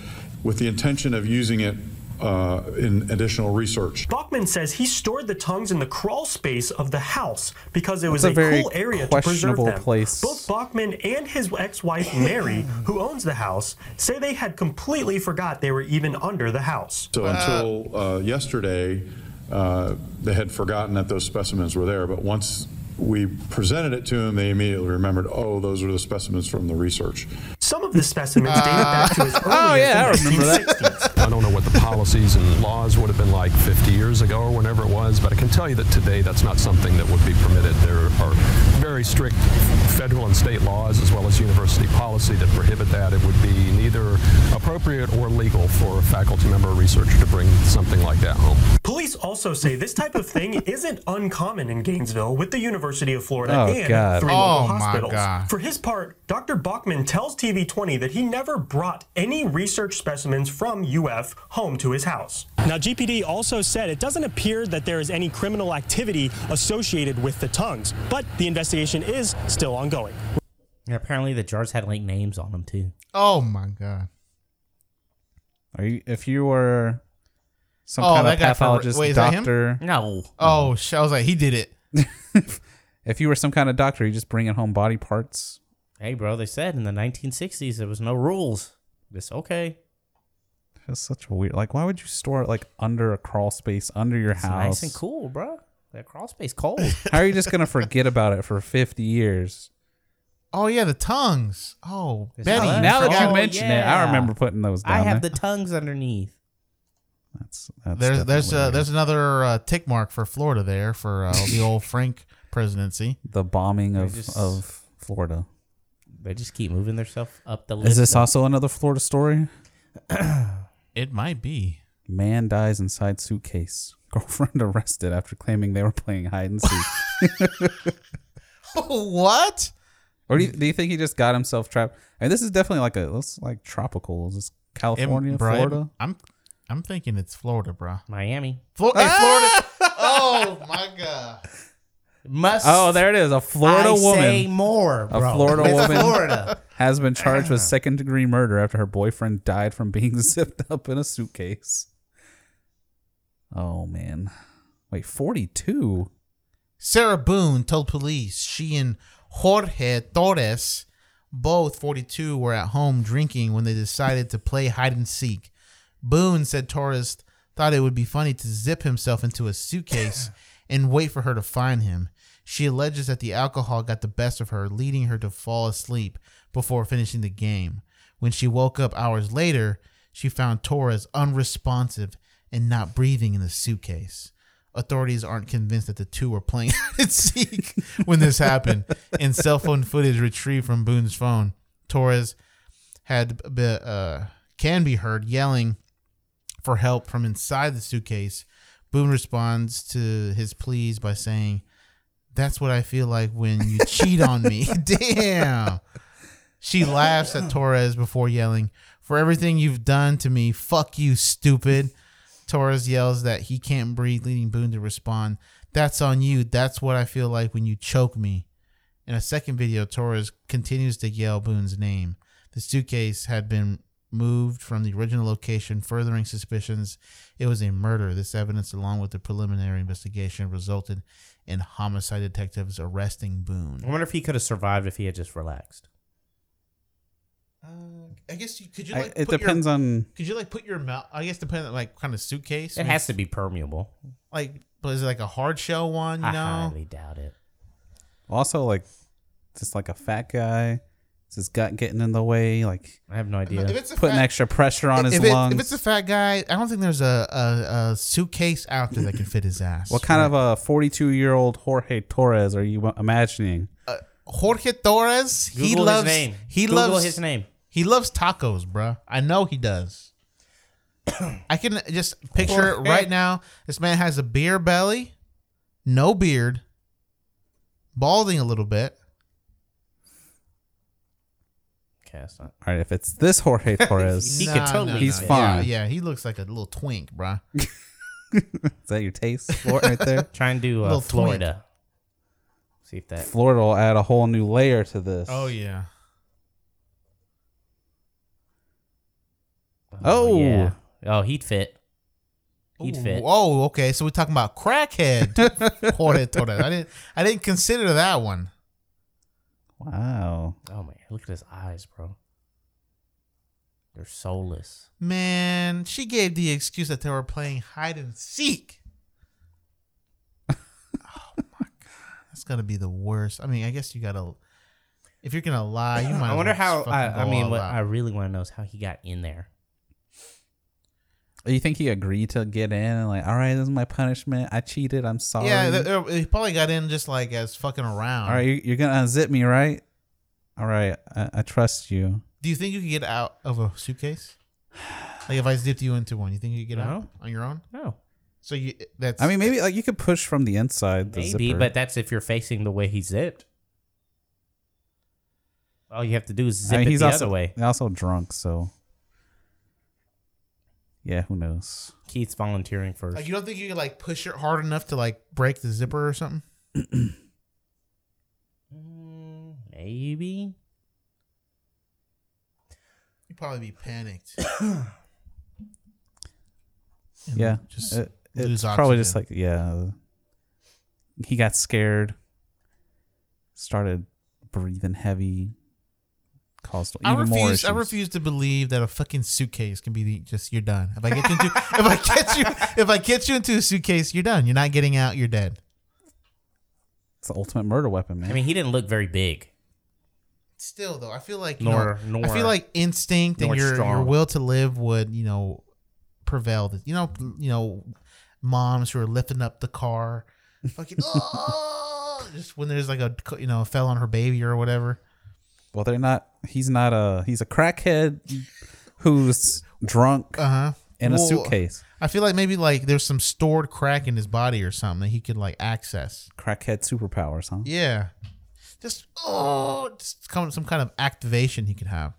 E: with the intention of using it uh, in additional research.
L: Bachman says he stored the tongues in the crawl space of the house because it was
A: That's
L: a,
A: a very
L: cool area
A: questionable
L: to preserve them.
A: place.
L: Both Bachman and his ex-wife Mary, who owns the house, say they had completely forgot they were even under the house.
E: So until uh, yesterday, uh, they had forgotten that those specimens were there. But once we presented it to them, they immediately remembered, oh, those are the specimens from the research.
L: Some of the specimens dated back to as early
A: Oh, yeah, I
L: as the
A: remember that.
L: 1960s.
E: I don't know what the policies and laws would have been like 50 years ago or whenever it was, but I can tell you that today that's not something that would be permitted. There are very strict federal and state laws as well as university policy that prohibit that. It would be neither appropriate or legal for a faculty member or researcher to bring something like that home.
L: Police also say this type of thing isn't uncommon in Gainesville with the University of Florida
A: Oh,
L: and
A: God.
L: three
D: Oh,
L: local
D: my
L: hospitals.
D: God.
L: For his part, Dr. Bachman tells TV20 that he never brought any research specimens from UF home to his house. Now, GPD also said it doesn't appear that there is any criminal activity associated with the tongues, but the investigation is still ongoing.
J: And apparently the jars had like names on them too.
D: Oh my god.
A: Are you? If you were some
D: Oh,
A: kind of
D: that guy for-
A: pathologist
D: wait, is that him?
A: doctor,
J: No.
D: Oh, sh- I was like, he did it.
A: if you were some kind of doctor, you just bringing home body parts.
J: Hey, bro, they said in the 1960s there was no rules. It's okay.
A: That's such a weird. Like, why would you store it like under a crawl space under your
J: It's
A: house?
J: nice and cool, bro. That crawl space cold.
A: How are you just gonna forget about it for 50 years?
D: Oh yeah, the tongues. Oh,
J: There's
D: Betty.
J: tongues.
A: now
J: forgot.
A: that you
J: Oh,
A: mention it, I
J: yeah.
A: remember putting those down.
J: I have
A: there.
J: the tongues underneath.
A: That's, that's
D: there's there's
A: definitely
D: uh, there's another uh, tick mark for Florida there for uh, the old Frank presidency.
A: the bombing of
J: just-
A: of Florida.
J: They just keep moving themselves up the list.
A: Is this also another Florida story?
D: It might be.
A: Man dies inside suitcase. Girlfriend arrested after claiming they were playing hide and seek.
D: what?
A: or do you, do you think he just got himself trapped? I mean, this is definitely like a looks like tropical. Is this California,
D: bro,
A: Florida?
D: I'm I'm thinking it's Florida, bro.
J: Miami.
D: Flo- hey, Florida. oh my god.
J: Must.
A: Oh, there it is. A Florida
J: I
A: woman.
J: Say more, bro.
A: A Florida
J: It's
A: woman
J: Florida.
A: has been charged
D: Ah.
A: with second degree murder after her boyfriend died from being zipped up in a suitcase. Oh man. Wait, 42?
D: Sarah Boone told police she and Jorge Torres, both 42, were at home drinking when they decided to play hide and seek. Boone said Torres thought it would be funny to zip himself into a suitcase and wait for her to find him. She alleges that the alcohol got the best of her, leading her to fall asleep before finishing the game. When she woke up hours later, she found Torres unresponsive and not breathing in the suitcase. Authorities aren't convinced that the two were playing hide and seek when this happened. In cell phone footage retrieved from Boone's phone, Torres had be, uh, can be heard yelling for help from inside the suitcase. Boone responds to his pleas by saying, "That's what I feel like when you cheat on me." Damn. She laughs at Torres before yelling, For everything you've done to me, fuck you, stupid. Torres yells that he can't breathe, leading Boone to respond, That's on you. That's what I feel like when you choke me. In a second video, Torres continues to yell Boone's name. The suitcase had been moved from the original location, furthering suspicions it was a murder. This evidence, along with the preliminary investigation, resulted in homicide detectives arresting Boone.
J: I wonder if he could have survived if he had just relaxed.
D: I guess you could you
A: I-
D: like
A: it
D: put your-
A: depends on-
D: could you like put your mouth I guess depending on like kind of suitcase.
J: It has to be permeable.
D: like but is it like a hard shell one, you
J: I
D: know?
J: highly doubt it.
A: Also, like, just like a fat guy. Is his gut getting in the way? Like,
J: I have no idea.
D: If it's a
A: putting
D: fat-
A: extra pressure on his
D: if, it-
A: lungs.
D: if it's a fat guy, I don't think there's a, a, a suitcase out there that can fit his ass.
A: what kind of a 42 year old Jorge Torres are you imagining?
D: Jorge Torres? he
J: Google his
D: loves
J: name.
D: He
J: Google
D: loves
J: his name.
D: He loves tacos, bruh. I know he does. I can just picture it
J: Jorge.
D: right now. This man has a beer belly, no beard, balding a little bit.
J: Okay, that's not.
A: All right, if it's this Jorge Torres,
J: He
A: is
J: could totally-
A: He's
D: yeah,
A: fine.
D: Yeah, he looks like a little twink, bruh.
A: that your taste Flor- right there?
J: Try and do uh,
D: Little twink.
J: Florida. See if that.
A: Florida will add a whole new layer to this.
D: yeah.
A: Oh.
J: yeah. Oh, he'd fit. He'd fit.
D: Oh, okay. So we're talking about crackhead Jorge Torres. I didn't I didn't consider that one.
A: Wow.
J: Oh man, look at his eyes, bro. They're soulless.
D: Man, she gave the excuse that they were playing hide and seek. oh my god. That's gonna be the worst. I mean, I guess you gotta if you're gonna lie, you might
J: I
D: as
J: wonder
D: well
J: how.
D: just fucking
J: I, I
D: go
J: mean,
D: all
J: what
D: out.
J: I really want to know is how he got in there.
A: Do you think he agreed to get in and like, all right, this is my punishment. I cheated. I'm sorry.
D: Yeah, th- th- he probably got in just like as fucking around.
A: all right, you- you're gonna unzip me, right? All right, I, I trust you.
D: Do you think you could get out of a suitcase? Like if I zipped you into one, you think you could get out
J: No.
D: on your own?
J: No,
D: So you that's
A: I mean, maybe like you could push from the inside. The
J: maybe,
A: zipper.
J: but that's if you're facing the way he zipped. All you have to do is zip
A: I mean,
J: it
A: he's
J: the
A: also
J: other way.
A: he's also drunk, so yeah, who knows?
J: Keith's volunteering first.
D: like you don't think you could like push it hard enough to like break the zipper or something?
J: Mm, maybe.
D: You'd probably be panicked.
A: yeah,
D: just
A: it-
D: lose
A: it's probably just like
D: oxygen.
A: yeah, he got scared, started breathing heavy, caused
D: I
A: even more
D: refuse.
A: issues.
D: I refuse to believe that a fucking suitcase can be the, just you're done. If I get you into, if I get you, if I get you into a suitcase, you're done. You're not getting out. You're dead.
A: It's the ultimate murder weapon, man.
J: I mean, he didn't look very big.
D: Still though, I feel like
J: Nor-
D: you know, I
J: nor-
D: feel like instinct and
J: nor
D: your your
J: strong.
D: will to live would you know prevail. You know, you know, moms who are lifting up the car, fucking "Oh," just when there's like a you know fell on her baby or whatever.
A: well, they're not. He's not a. He's a crackhead who's drunk
D: Uh huh.
A: in a
D: Well,
A: suitcase.
D: I feel like maybe like there's some stored crack in his body or something that he could like access.
A: Crackhead superpowers, huh?
D: Yeah. Just oh, just come some kind of activation he could have.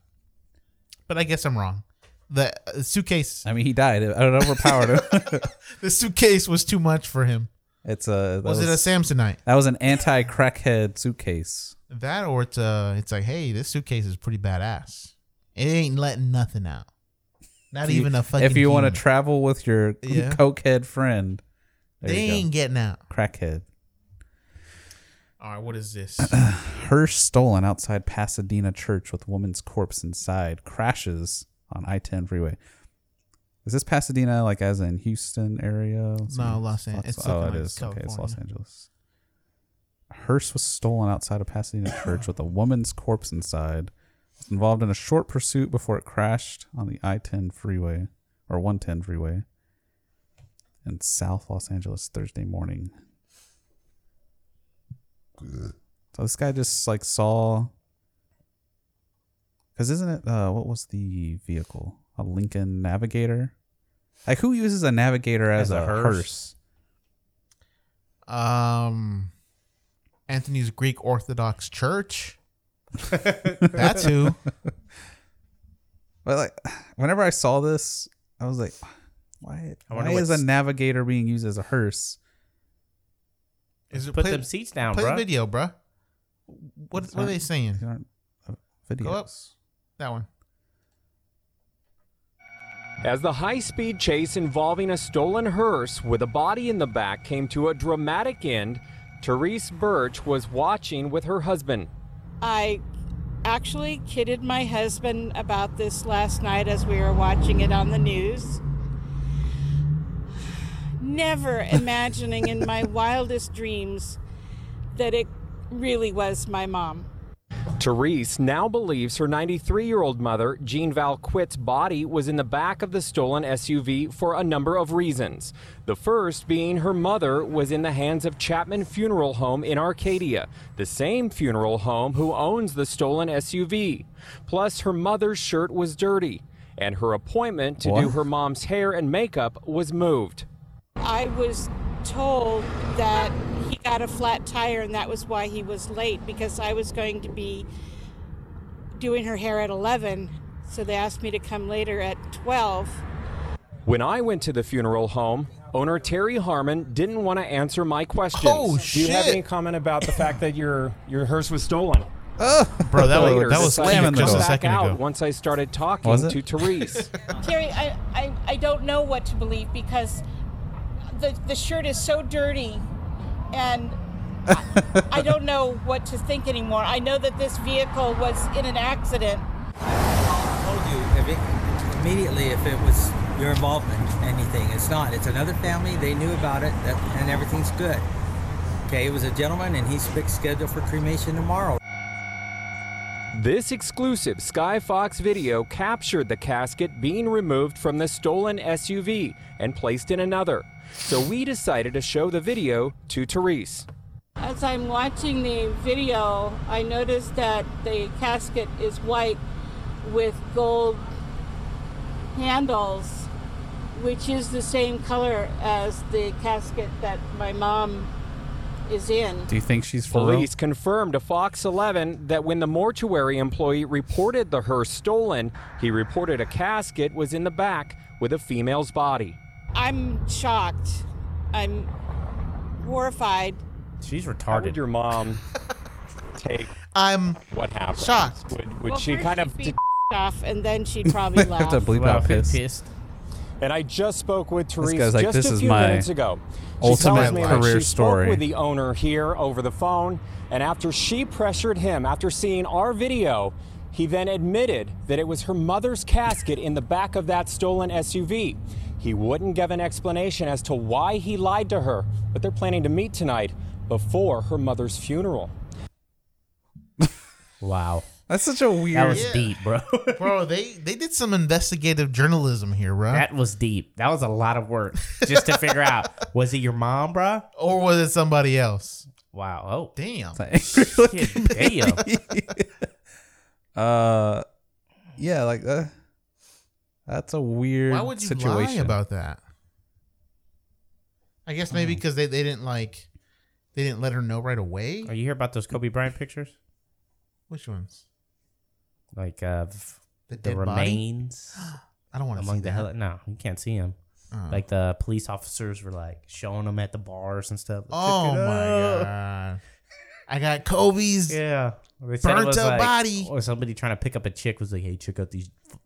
D: But I guess I'm wrong. The uh, suitcase,
A: I mean, he died. It, it overpowered him.
D: the suitcase was too much for him.
A: It's a that
D: Was it a Samsonite?
A: That was an anti-crackhead suitcase.
D: That or it's uh it's like, hey, this suitcase is pretty badass. It ain't letting nothing out. Not
A: If you-
D: even a fucking.
A: If you want to
D: human.
A: travel with your
D: Yeah.
A: cokehead friend, there
D: they
A: you go.
D: ain't getting out.
A: crackhead.
D: All right, what is this?
A: Hearse stolen outside Pasadena church with woman's corpse inside. Crashes on I-10 freeway. Is this Pasadena like as in Houston area?
D: No, Los An- it's
A: Oh,
D: looking
A: it
D: like
A: is. Okay, it's Los
D: California.
A: Angeles. A hearse was stolen outside a Pasadena church with a woman's corpse inside. It was involved in a short pursuit before it crashed on the I-10 freeway or 110 freeway in South Los Angeles Thursday morning. So this guy just like saw. Because isn't it? Uh, what was the vehicle? A Lincoln Navigator. Like who uses a Navigator as, a, hearse?
D: um, Anthony's Greek Orthodox Church. That's who.
A: But like, whenever I saw this, I was like, why?
H: I wonder
A: Why is a
H: what's-
A: Navigator being used as a hearse?
D: Is it
H: Put them seats down,
D: Play the
H: bro.
D: video, bruh. What
A: It's
D: what are
A: not-
D: they saying?
A: These aren't uh, videos.
D: Go up. That one.
M: As the high speed chase involving a stolen hearse with a body in the back came to a dramatic end, Therese Birch was watching with her husband.
K: I actually kidded my husband about this last night as we were watching it on the news. Never imagining in my wildest dreams that it really was my mom.
M: Therese now believes her 93 year old mother, Jean Valquitte's body was in the back of the stolen SUV for a number of reasons. The first being her mother was in the hands of Chapman Funeral Home in Arcadia, the same funeral home who owns the stolen SUV. Plus, her mother's shirt was dirty, and her appointment to do
K: What?
M: her mom's hair and makeup was moved.
K: I was told that he got a flat tire and that was why he was late because I was going to be doing her hair at 11. So they asked me to come later at 12.
M: When I went to the funeral home, owner Terry Harmon didn't want to answer my questions.
N: Oh,
M: Do you have
N: shit.
M: any comment about the fact that your your hearse was stolen?
D: Bro, Oh, that was- that was
M: slamming
D: Keith just a second
M: out
D: ago.
M: Once I started talking
D: Was it?
M: to Therese,
K: Terry, I, I, I don't know what to believe because the, the shirt is so dirty and I, I don't know what to think anymore. I know that this vehicle was in an accident.
O: told you if it, immediately if it was your involvement, anything. It's not. It's another family. They knew about it, that, and everything's good. Okay, it was a gentleman, and he's fixed scheduled for cremation tomorrow.
M: this exclusive Sky Fox video captured the casket being removed from the stolen SUV and placed in another. So we decided to show the video to Therese.
K: As I'm watching the video, I noticed that the casket is white with gold handles, which is the same color as the casket that my mom is in.
A: Do you think she's for real?
M: Police confirmed to Fox 11 that when the mortuary employee reported the hearse stolen, he reported a casket was in the back with a female's body.
K: I'm shocked. I'm horrified.
H: She's
M: How would your mom take
D: I'm
M: what happened?
D: shocked.
M: Would, would she kind of
K: be off, and then she'd probably laugh.
A: out piss.
M: And I just spoke with
A: This
M: Therese
A: guy's like,
M: just
A: "This
M: a
A: is
M: few
A: my
M: minutes ago.
A: ultimate
M: she tells me that
A: career
M: she
A: story.
M: spoke with the owner here over the phone, and after she pressured him, after seeing our video, he then admitted that it was her mother's casket in the back of that stolen SUV. He wouldn't give an explanation as to why he lied to her, but they're planning to meet tonight before her mother's funeral.
H: Wow.
A: That's such a weird.
H: That was deep, bro.
D: bro, they they did some investigative journalism here, bro.
C: That was deep. That was a lot of work just to figure out was it your mom, bro?
D: Or was it somebody else?
C: Wow. Oh,
D: damn.
C: Shit, damn.
A: uh, yeah, like uh, that's a weird.
D: Why would you
A: situation.
D: lie about that? I guess
C: Mm.
D: maybe because they, they didn't like they didn't let her know right away.
C: Are you hear about those Kobe Bryant pictures?
D: Which ones?
C: Like uh, v-
D: The
C: the,
D: dead body?
C: remains.
D: I don't wanna
C: among
D: see
C: the
D: that. Uh.
C: heli- no, you can't see him.
D: Uh-huh.
C: Like the police officers were like showing them at the bars and stuff. Like,
D: Oh
C: check it
D: my
C: out.
D: god! I got Kobe's.
C: Yeah, They said it
D: burnt
C: was
D: up
C: like-
D: body.
C: Or somebody trying to pick up a chick was like, "Hey, check out these f-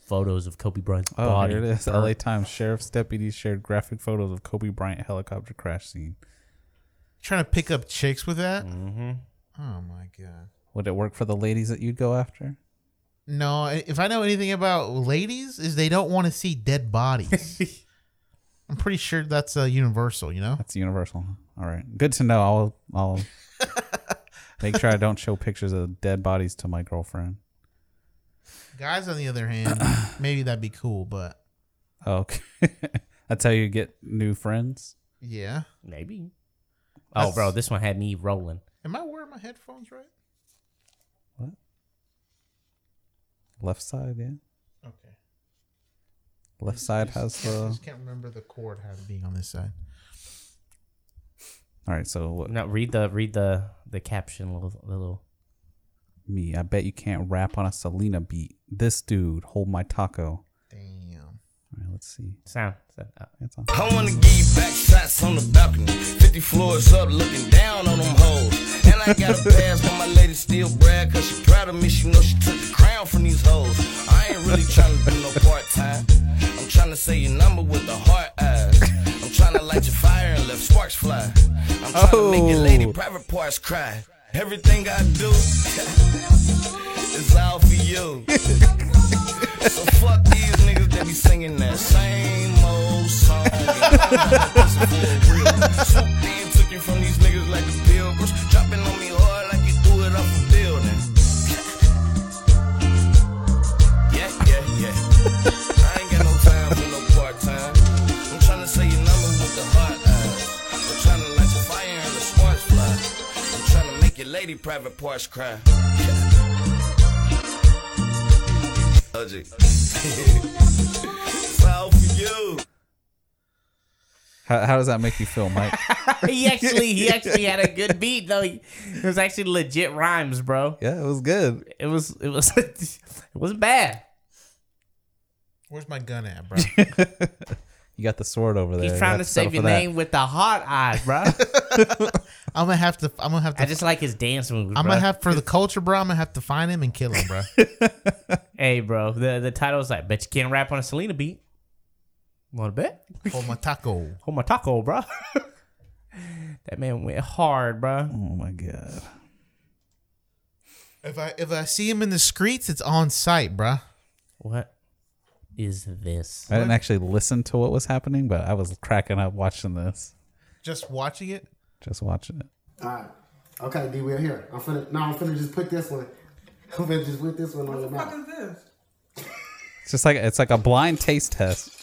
C: photos of Kobe Bryant's
A: Oh,
C: body."
A: here it is.
C: burnt."
A: LA Times sheriff's deputies shared graphic photos of Kobe Bryant helicopter crash scene.
D: Trying to pick up chicks with that? Mm-hmm. Oh my god!
A: Would it work for the ladies that you'd go after?
D: No, i- if I know anything about ladies, is they don't want to see dead bodies. I'm pretty sure that's uh, universal. You know,
A: That's universal. All right, good to know. I'll I'll make sure I don't show pictures of dead bodies to my girlfriend.
D: guys on the other hand, maybe that'd be cool, but
A: Okay, that's how you get new friends.
D: yeah,
C: maybe.
D: That's-
C: Oh, bro, this one had me rolling.
D: Am I wearing my headphones right?
A: Left side, yeah.
D: Okay.
A: Left side has
D: I
A: the.
D: just can't remember the cord having being on this side.
A: All right, so what?
C: Now read the read the the caption little little.
A: Me, I bet you can't rap on a Selena beat. This dude, hold my taco.
D: Damn. All
A: right, let's see.
C: Sound.
A: It's on.
N: I wanna give you back shots on the balcony. 50 floors up, looking down on them hoes. And I got a pass, but my lady still brag, cause she proud of me. She know she took the crown from these hoes. I ain't really tryna do no part time. I'm tryna say your number with the heart eyes. I'm tryna light your fire and let sparks fly. I'm tryna make your lady
A: Oh.
N: private parts cry. Everything I do is all for you. so fuck these niggas that be singing that same old song. Swooped in, took it from these niggas like the pilgrims. Dropping on me hard like you threw it off a building. Yeah, yeah, yeah. I ain't got no time for no part time. I'm tryna say your number with the hot eyes. I'm tryna light your fire and the sparks fly. I'm tryna make your lady private parts cry. Logic. it's all for you.
A: How, how does that make you feel, Mike?
C: he actually he actually had a good beat though. He- It was actually legit rhymes, bro.
A: Yeah, it was good.
C: It was it was it wasn't bad.
D: Where's my gun at, bro?
A: you got the sword over there.
C: He's
A: You
C: trying
A: have
C: to
A: settle
C: save your
A: for that.
C: name with the hot eye, bro.
D: I'm gonna have to. I'm gonna have to.
C: I just like his dance moves.
D: I'm
C: bro.
D: gonna have for the culture, bro. I'm gonna have to find him and kill him, bro.
C: Hey, bro. The the title is like, bet you can't rap on a Selena beat. Want to bet?
D: Hold my taco.
C: Hold my taco, bro. that man went hard, bro.
A: Oh my god.
D: if I if I see him in the streets, it's on site, bro.
C: What is this?
A: I didn't actually listen to what was happening, but I was cracking up watching this,
D: Just watching it.
A: just watching it.
P: Alright. Okay, D, we're here. I'm finna now I'm finna just put this one. I'm finna just put this one on your mouth.
A: It's just like it's like a blind taste test.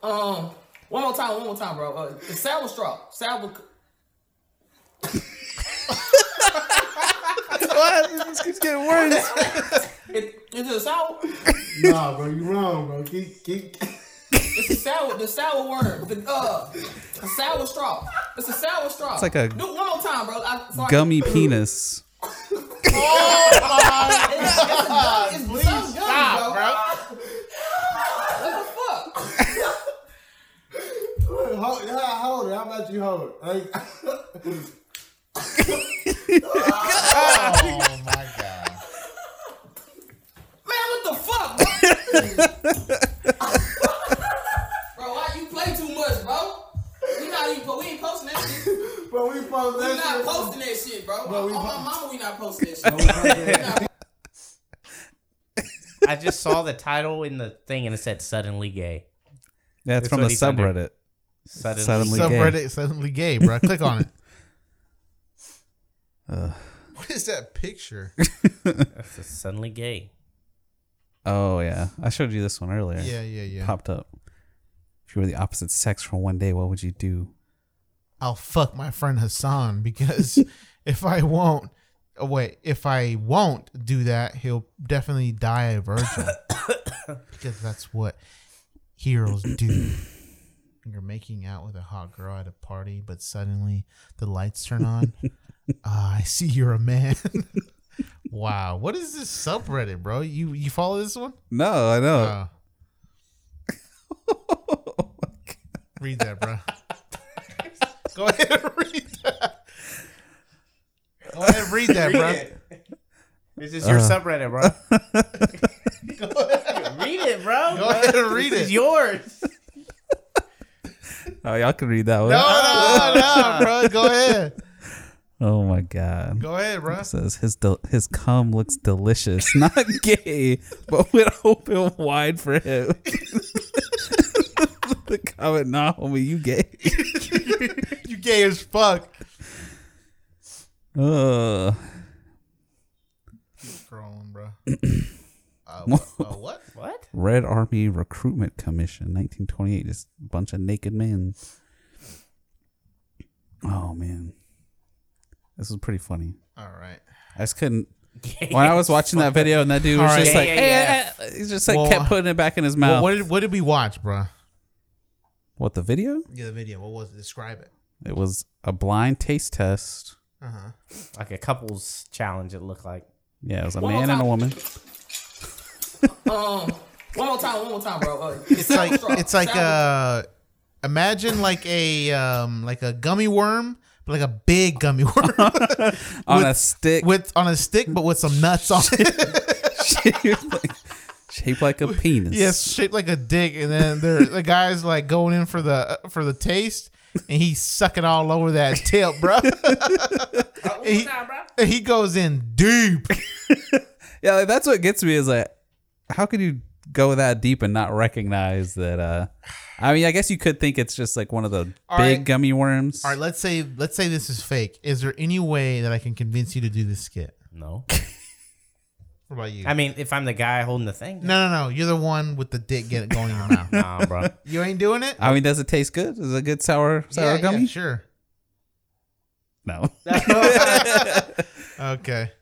Q: Um, one more time, one more time, bro. Uh, it's sour straw, sour.
A: what? This keeps getting worse.
Q: it, it's a sour.
P: nah, bro, you wrong, bro. Keep keep
Q: It's a sour. The sour worm. The uh, a sour straw. It's a sour straw.
A: It's like a
Q: Do it one more time, bro. I, so I-
A: Gummy penis.
Q: Oh my god! It's, it's, it's so gummy,
N: stop,
Q: bro. What the fuck?
P: hold, yeah, hold it. How about you hold it? Like,
D: oh my god.
Q: Man, what the fuck? bro, why you play too much, bro? We not even, but we ain't posting that shit.
P: Bro, we posting
Q: We
P: that
Q: not
P: shit.
Q: posting that shit, bro.
P: Bro, we
Q: On
P: po-
Q: my mama, we not posting that shit.
C: I just saw the title in the thing and it said suddenly gay.
A: Yeah, it's
C: That's
A: from the
C: what he's under.
A: subreddit.
C: Suddenly,
A: Suddenly gay.
D: Subreddit suddenly gay, bro. Click on it.
A: Ugh.
D: What is that picture?
C: That's a suddenly gay.
A: Oh yeah, I showed you this one earlier.
D: Yeah, yeah, yeah.
A: Popped up. If you were the opposite sex for one day, what would you do?
D: I'll fuck my friend Hassan because if I won't, oh wait, if I won't do that, he'll definitely die a virgin because that's what heroes do. You're making out with a hot girl at a party, but suddenly the lights turn on. Ah, I see you're a man. wow, what is this subreddit, bro? Oh. You you follow this one?
A: No, I know.
D: Oh. Read that, bro. Go ahead and read that. Go ahead and read that,
C: Read
D: bro.
C: it. This is your
A: Uh.
C: subreddit, bro. read it, bro.
D: Go ahead and read
C: This
D: it.
C: is yours.
A: Oh, y'all can read that one.
D: No, no, no, bro. Go ahead.
A: Oh my god.
D: Go ahead, bro.
A: It says his del- his cum looks delicious, not gay, but with open wide for him. the comment, nah, homie, you gay.
D: you gay as fuck.
A: Uh,
D: Scrolling, bro. Uh, what? What?
A: Red Army Recruitment Commission, 1928. Just a bunch of naked men. Oh man, this was pretty funny.
D: All right.
A: I just couldn't.
D: Gay
A: when I was
D: as
A: watching that
D: fuck.
A: video and that dude was
D: All right.
A: just like,
D: Yeah,
A: "Hey,
D: yeah,
A: eh,
D: yeah.
A: eh," he's just like
D: Well,
A: kept putting it back in his
D: Well,
A: mouth.
D: what did what did we watch, bro?
A: what the video?
D: Yeah, the video. What was it? Describe it.
A: It was a blind taste test.
D: Uh-huh.
C: Like a couples challenge, it looked like.
A: Yeah, it was a
C: One more
A: man and a
C: time.
A: woman.
Q: Um, one more time, one more time, bro. Uh,
D: It's like
Q: sound strong,
D: it's like
Q: sound-
D: uh imagine like a um like a gummy worm, but like a big gummy worm
K: Uh-huh.
A: On a stick.
D: With on a stick but with some nuts on
A: it. Shaped like a penis.
D: yes, shaped like a dick and then there the guy's like going in for the uh, for the taste and he's sucking all over that tip, bro. And he, and he goes in deep.
A: Yeah, like, that's what gets me is like, how could you go that deep and not recognize that? uh I mean, I guess you could think it's just like one of the
D: All
A: big
D: right.
A: gummy worms.
D: All right, let's say let's say this is fake. Is there any way that I can convince you to do this skit?
C: No.
D: what about you?
K: I mean, if I'm the guy holding the thing,
D: No, no, no. You're the one with the dick get going in your mouth.
K: Nah, bro.
D: You ain't doing it?
A: I mean, does it taste good? Is it good sour sour
D: yeah,
A: gummy?
D: yeah, sure.
A: No.
D: okay.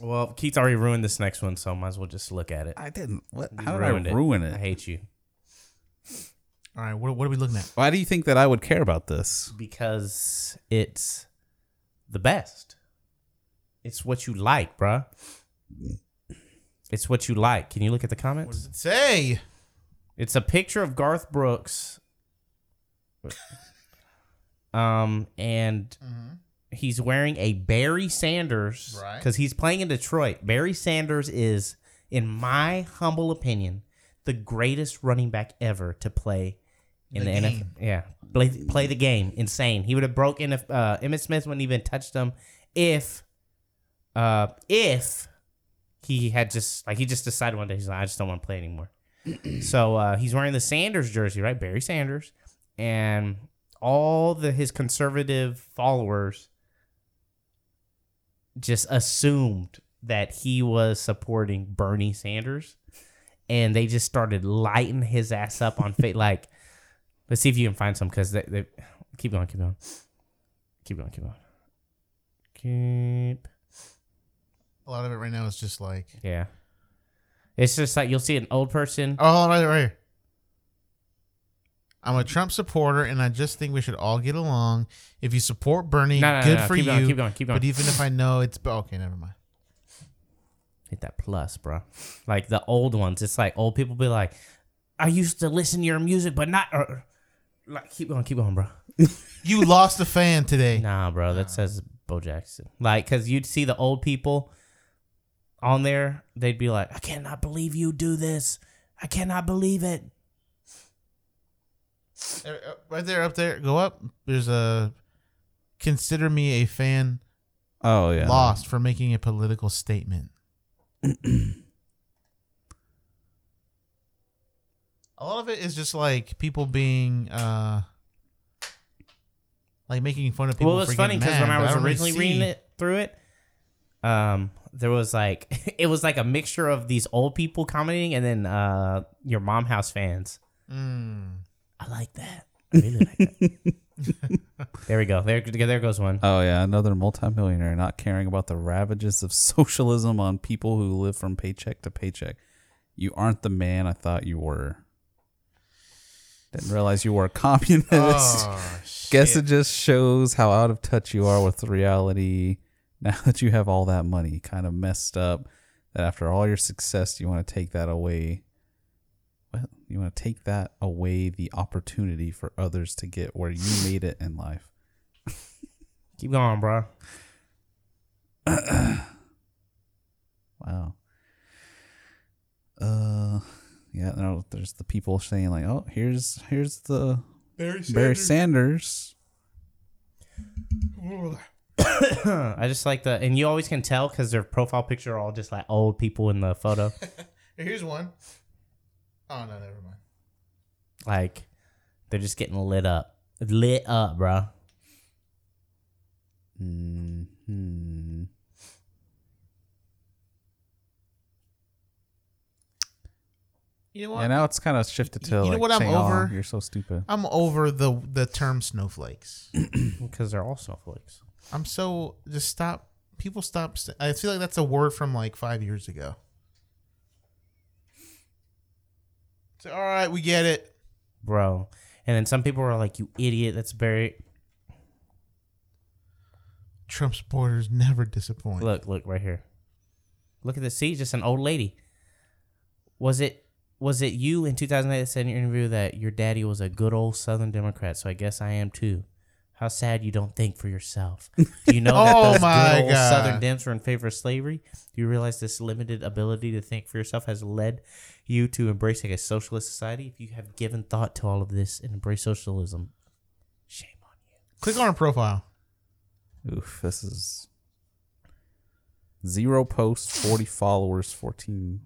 C: Well, Keith's already ruined this next one, so might as well just look at it.
A: I didn't. What?
C: You
A: how did I ruin it?
C: I hate you
D: All right, what, what are we looking at?
A: Why do you think that I would care about this?
C: because it's the best. It's what you like, bruh. It's what you like. Can you look at the comments? What
D: it
C: does
D: say?
C: It's a picture of Garth Brooks. um, and he's wearing a Barry Sanders
K: Mm-hmm. Right.
C: because he's playing in Detroit. Barry Sanders is, in my humble opinion, the greatest running back ever to play in
K: The
C: the,
K: game.
C: NFL. Yeah, play play the game. Insane. He would have broken if uh, Emmett Smith wouldn't even touched him if uh, if he had just like he just decided one day he's like I just don't want to play anymore. so uh, he's wearing the Sanders jersey, right? Barry Sanders, and all the his conservative followers just assumed that he was supporting Bernie Sanders, and they just started lighting his ass up on fa Like, let's see if you can find some because they, they keep going, keep going, keep going, keep going, keep.
D: A lot of it right now is just like.
C: Yeah, it's just like you'll see an old person.
D: Oh, hold on, right here, right here. I'm a Trump supporter, and I just think we should all get along. If you support Bernie,
C: No, no, no,
D: good
C: no,
D: for
C: keep
D: you.
C: going, keep going, keep going.
D: But even if I know it's okay, never mind.
C: Hit that plus, bro. Like the old ones. It's like old people be like, I used to listen to your music, but not. Or, like, keep going, keep going, bro.
D: You lost a fan today.
C: Eh. Nah, bro. That says Bo Jackson. Like, because you'd see the old people on there. They'd be like, I cannot believe you do this. I cannot believe it.
D: There- uh, Right there, up there, go up. There's a consider me a fan.
A: Oh yeah.
D: Lost for making a political statement. a lot of it is just like people being, uh like making fun of people.
C: well, it's
D: for
C: funny
D: getting
C: because when
D: mad,
C: I
D: but
C: was
D: don't really
C: originally
D: see-
C: reading it through it, um, there was like it was like a mixture of these old people commenting and then uh your mom house fans.
D: Hmm.
C: I like that. I really like that. there we go. There, there goes one.
A: Oh yeah, another multimillionaire not caring about the ravages of socialism on people who live from paycheck to paycheck. You aren't the man I thought you were. Didn't realize you were a communist.
D: Oh,
A: Guess it just shows how out of touch you are with reality now that you have all that money. Kind of messed up that after all your success, you want to take that away. What? You want to take that away the opportunity for others to get where you made it in life.
C: Keep going, bro.
A: Wow. Uh, yeah. No, there's the people saying like, "Oh, here's here's the
D: Barry
A: Barry
C: Sanders.
A: Sanders."
C: I just like the, and you always can tell because their profile picture are all just like old people in the photo.
D: Here's one. Oh no, never mind.
C: like they're just getting lit up, lit up, bro.
D: Mm-hmm.
A: Hmm.
D: You know what?
A: Yeah, now it's kind of shifted to
D: You know
A: like
D: what I'm
A: saying, "Oh,
D: over?
A: you're so stupid.
D: I'm over the the term snowflakes
C: because they're all snowflakes.
D: I'm so just stop. People stop. s- I feel like that's a word from like five years ago. So, all right, we get it.
C: bro. And then some people are like, "You idiot! That's Barry."
D: Trump supporters never disappoint.
C: Look, look right here. Look at the seat. Just an old lady. Was it? Was it you in 2008 that said in your interview that your daddy was a good old Southern Democrat? So I guess I am too. How sad you don't think for yourself. Do you know that
D: Oh
C: those
D: my
C: good old
D: God.
C: Southern Dems were in favor of slavery? Do you realize this limited ability to think for yourself has led you to embracing a socialist society? If you have given thought to all of this and embrace socialism,
D: Click on her profile.
A: Oof, this is zero posts, forty followers, fourteen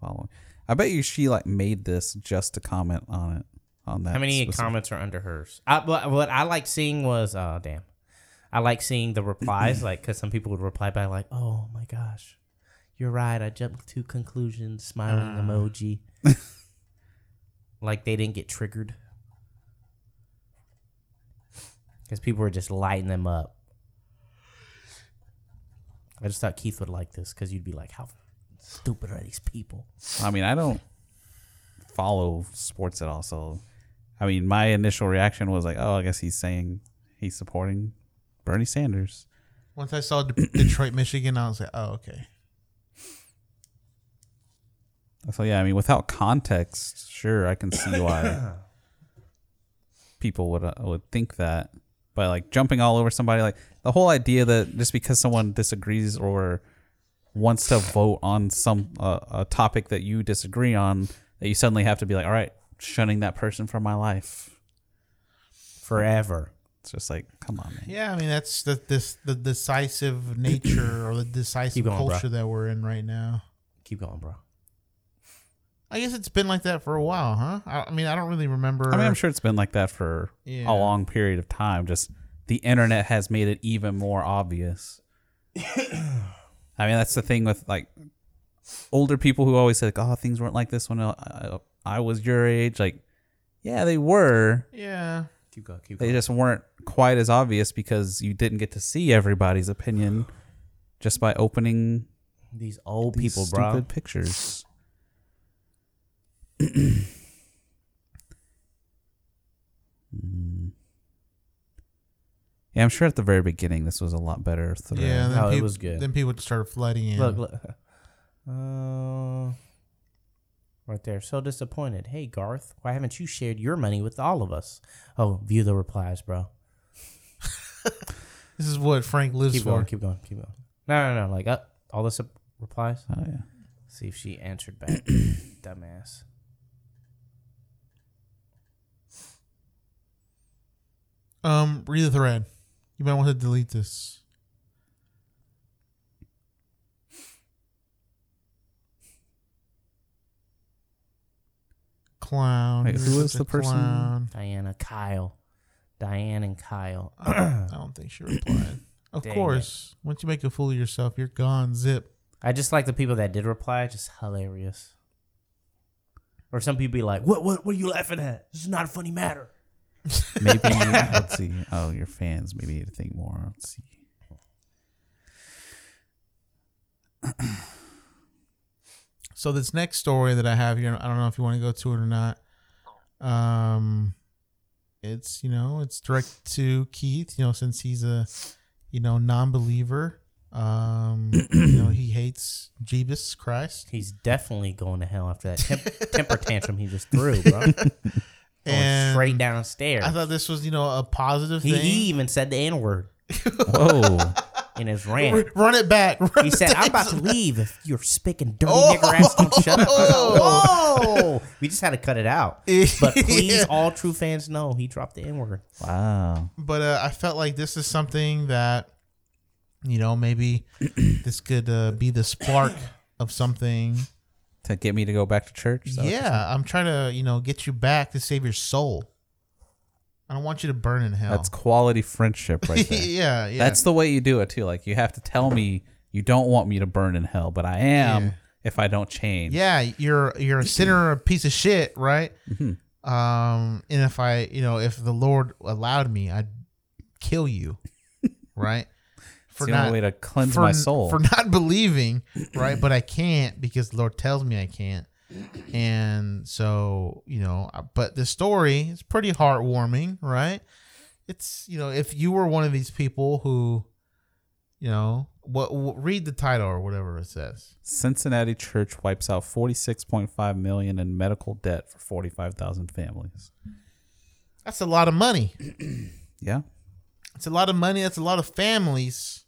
A: following. I bet you she like made this just to comment on it. On that,
C: How many
A: specific-
C: comments are under hers? I, what, what I like seeing was, oh, damn. I like seeing the replies, like, because some people would reply by, like, oh my gosh, you're right. I jumped to conclusions, smiling
A: Uh.
B: Ah.
C: emoji. like they didn't get triggered. Because people were just lighting them up. I just thought Keith would like this because you'd be like, how stupid are these people?
A: I mean, I don't follow sports at all, so I mean, my initial reaction was like, "Oh, I guess he's saying he's supporting Bernie Sanders."
D: Once I saw De- Detroit, Michigan, I was like, oh okay.
A: So yeah, I mean, without context, sure, I can see why people would uh, would think that. But like jumping all over somebody, like the whole idea that just because someone disagrees or wants to vote on some uh, a topic that you disagree on, that you suddenly have to be like, all right, shunning that person from my life
C: forever.
A: It's just like, come on, man.
D: Yeah, I mean that's the this the decisive nature or the decisive
C: Keep going, bro.
D: culture that we're in right now.
C: Keep going, bro.
D: I guess it's been like that for a while, huh? I, I mean, I don't really remember.
A: I mean, I'm sure it's been like that for
D: Yeah.
A: a long period of time. Just the internet has made it even more obvious. I mean, that's the thing with like older people who always say, like, "Oh, things weren't like this when I, I, I was your age." Like, yeah, they were.
D: Yeah.
C: Keep going. Keep
A: They just weren't quite as obvious because you didn't get to see everybody's opinion just by opening
C: These old
A: these
C: people, bro.
A: stupid pictures. Mm. Yeah, I'm sure at the very beginning this was a lot better. thread.
C: uh,
D: Yeah, then peop- Then people just started flooding in.
C: Look, look. Uh, right there. So disappointed. Hey, Garth, why haven't you shared your money with all of us? Oh, view the replies, bro.
D: This is what Frank lives
C: keep
D: for.
C: going, keep going, keep going. No, no, no. Like, up all the sup- replies.
A: Oh, yeah.
C: See if she answered back. Dumbass.
D: Um, read the thread. You might want to delete this. Clown.
A: Wait,
D: You're
A: who
D: such
A: is
D: a
A: the person?
D: clown.
C: Diana, Kyle. Diane and Kyle.
D: I don't think she replied. Of
C: Dang it.
D: course. Once you make a fool of yourself, you're gone. Zip.
C: I just like the people that did reply, just hilarious. Or some people be like, what, what, what are you laughing at? This is not a funny matter.
A: Maybe let's see. Oh, your fans maybe need to think more. Let's see.
D: So this next story that I have here, I don't know if you want to go to it or not. Um, it's you know it's direct to Keith, you know, since he's a you know non-believer. Um, you know, he hates Jeebus Christ.
H: He's definitely going to hell after that temp- temper tantrum he just threw, bro. going
D: And
H: straight downstairs.
D: I thought this was, you know, a positive
H: He,
D: thing.
H: he even said the N word.
A: Whoa.
H: In his rant.
D: R- run it back.
H: he said, I'm about to leave if you're spicking dirty nigger ass don't shut up.
D: Oh.
H: Whoa. We just had to cut it out. But please, all true fans know he dropped the N word.
A: Wow.
D: but uh, I felt like this is something that, you know, maybe this could uh, be the spark of something.
A: To get me to go back to church? Is that what you're saying?
D: Yeah, I'm trying to, you know, get you back to save your soul. I don't want you to burn in hell.
A: That's quality friendship right there.
D: Yeah, yeah.
A: That's the way you do it too. Like you have to tell me you don't want me to burn in hell, but I am
D: Yeah.
A: if I don't change.
D: yeah, you're you're a sinner, a piece of shit, right?
A: Mm-hmm.
D: Um, and if I, you know, if the Lord allowed me, I'd kill you, right?
A: the only way to cleanse
D: for-
A: my soul.
D: for not believing, right? but I can't because the Lord tells me I can't, and so you know. I- But the story is pretty heartwarming, right? It's you know, if you were one of these people who, you know, what, what read the title or whatever it says.
A: Cincinnati church wipes out 46.5 million in medical debt for 45,000 families.
D: That's a lot of money.
A: Yeah.
D: It's a lot of money. That's a lot of families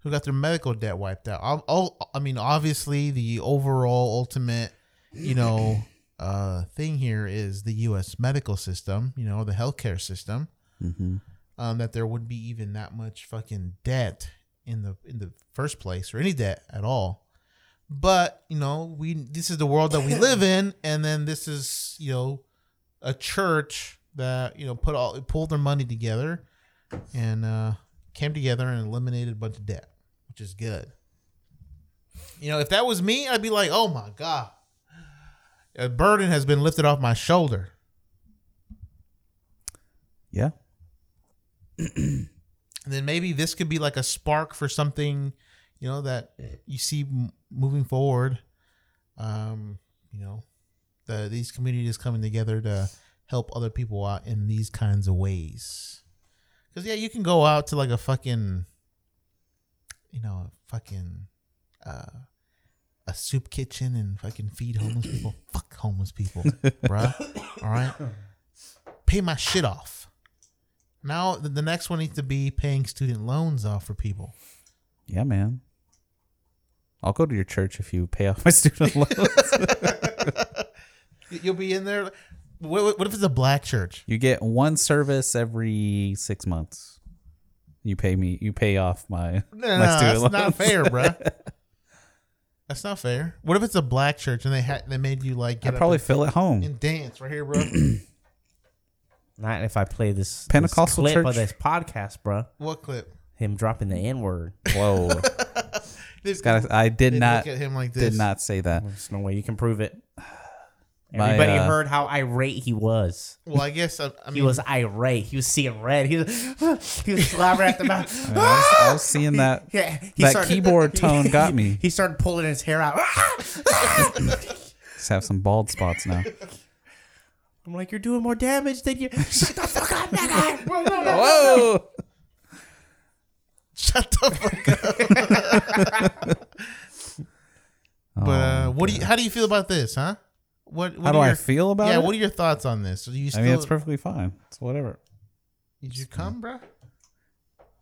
D: who got their medical debt wiped out. Ob- Oh, I mean, obviously, the overall ultimate, you know, uh, thing here is the U.S. medical system. You know, the healthcare system.
A: Mhm.
D: Um, that there would be even that much fucking debt in the in the first place, or any debt at all. But you know, we this is the world that we live in, and then this is you know a church that you know put all pulled their money together and uh, came together and eliminated a bunch of debt, which is good. You know, if that was me, I'd be like, oh my god, a burden has been lifted off my shoulder.
A: Yeah.
D: And then maybe this could be like a spark for something, you know, that you see m- moving forward. Um, you know, the these communities coming together to help other people out in these kinds of ways. Cause yeah, you can go out to like a fucking, you know, a fucking, uh, a soup kitchen and fucking feed homeless people. Fuck homeless people, bruh. All right, pay my shit off. Now the, the next one needs to be paying student loans off for people.
A: Yeah, man. I'll go to your church if you pay off my student loans.
D: Y- You'll be in there. What, what- what if it's a black church?
A: you get one service every 6 months. You pay me you pay off my
D: No, no,
A: my
D: no,
A: student
D: that's
A: loans.
D: not fair, bruh. That's not fair. What if it's a black church and they had they made you like?
A: I'd
D: up
A: probably
D: and-
A: feel at home.
D: and dance right here, bro.
H: Not if I play this this
A: Pentecostal
H: clip
A: church?
H: of this podcast, bro.
D: What clip?
H: Him dropping the N word.
A: Whoa. It's gotta- I did
D: They
A: not
D: look at him like
A: did
D: this.
A: not say that.
H: There's no way you can prove it.
A: My,
H: Everybody
A: uh,
H: heard how irate he was.
D: Well, I guess I, I mean
H: he was irate. He was seeing red. He was, he was slobbering at the mouth.
A: I, mean, I was, I was seeing that
H: Yeah, he
A: that
H: started-
A: keyboard tone got me.
H: He started pulling his hair out.
A: Just have some bald spots now.
H: I'm like, you're doing more damage than you. Shut the fuck up, nigga.
A: Whoa!
D: Shut the fuck up. but uh, what do you? How do you feel about this, huh? What? what
A: Oh, How do
D: are
A: I
D: your-
A: feel about
D: yeah,
A: it?
D: What are your thoughts on this? Do you
A: I
D: still?
A: mean, it's perfectly fine. It's whatever.
D: Did you come, bro?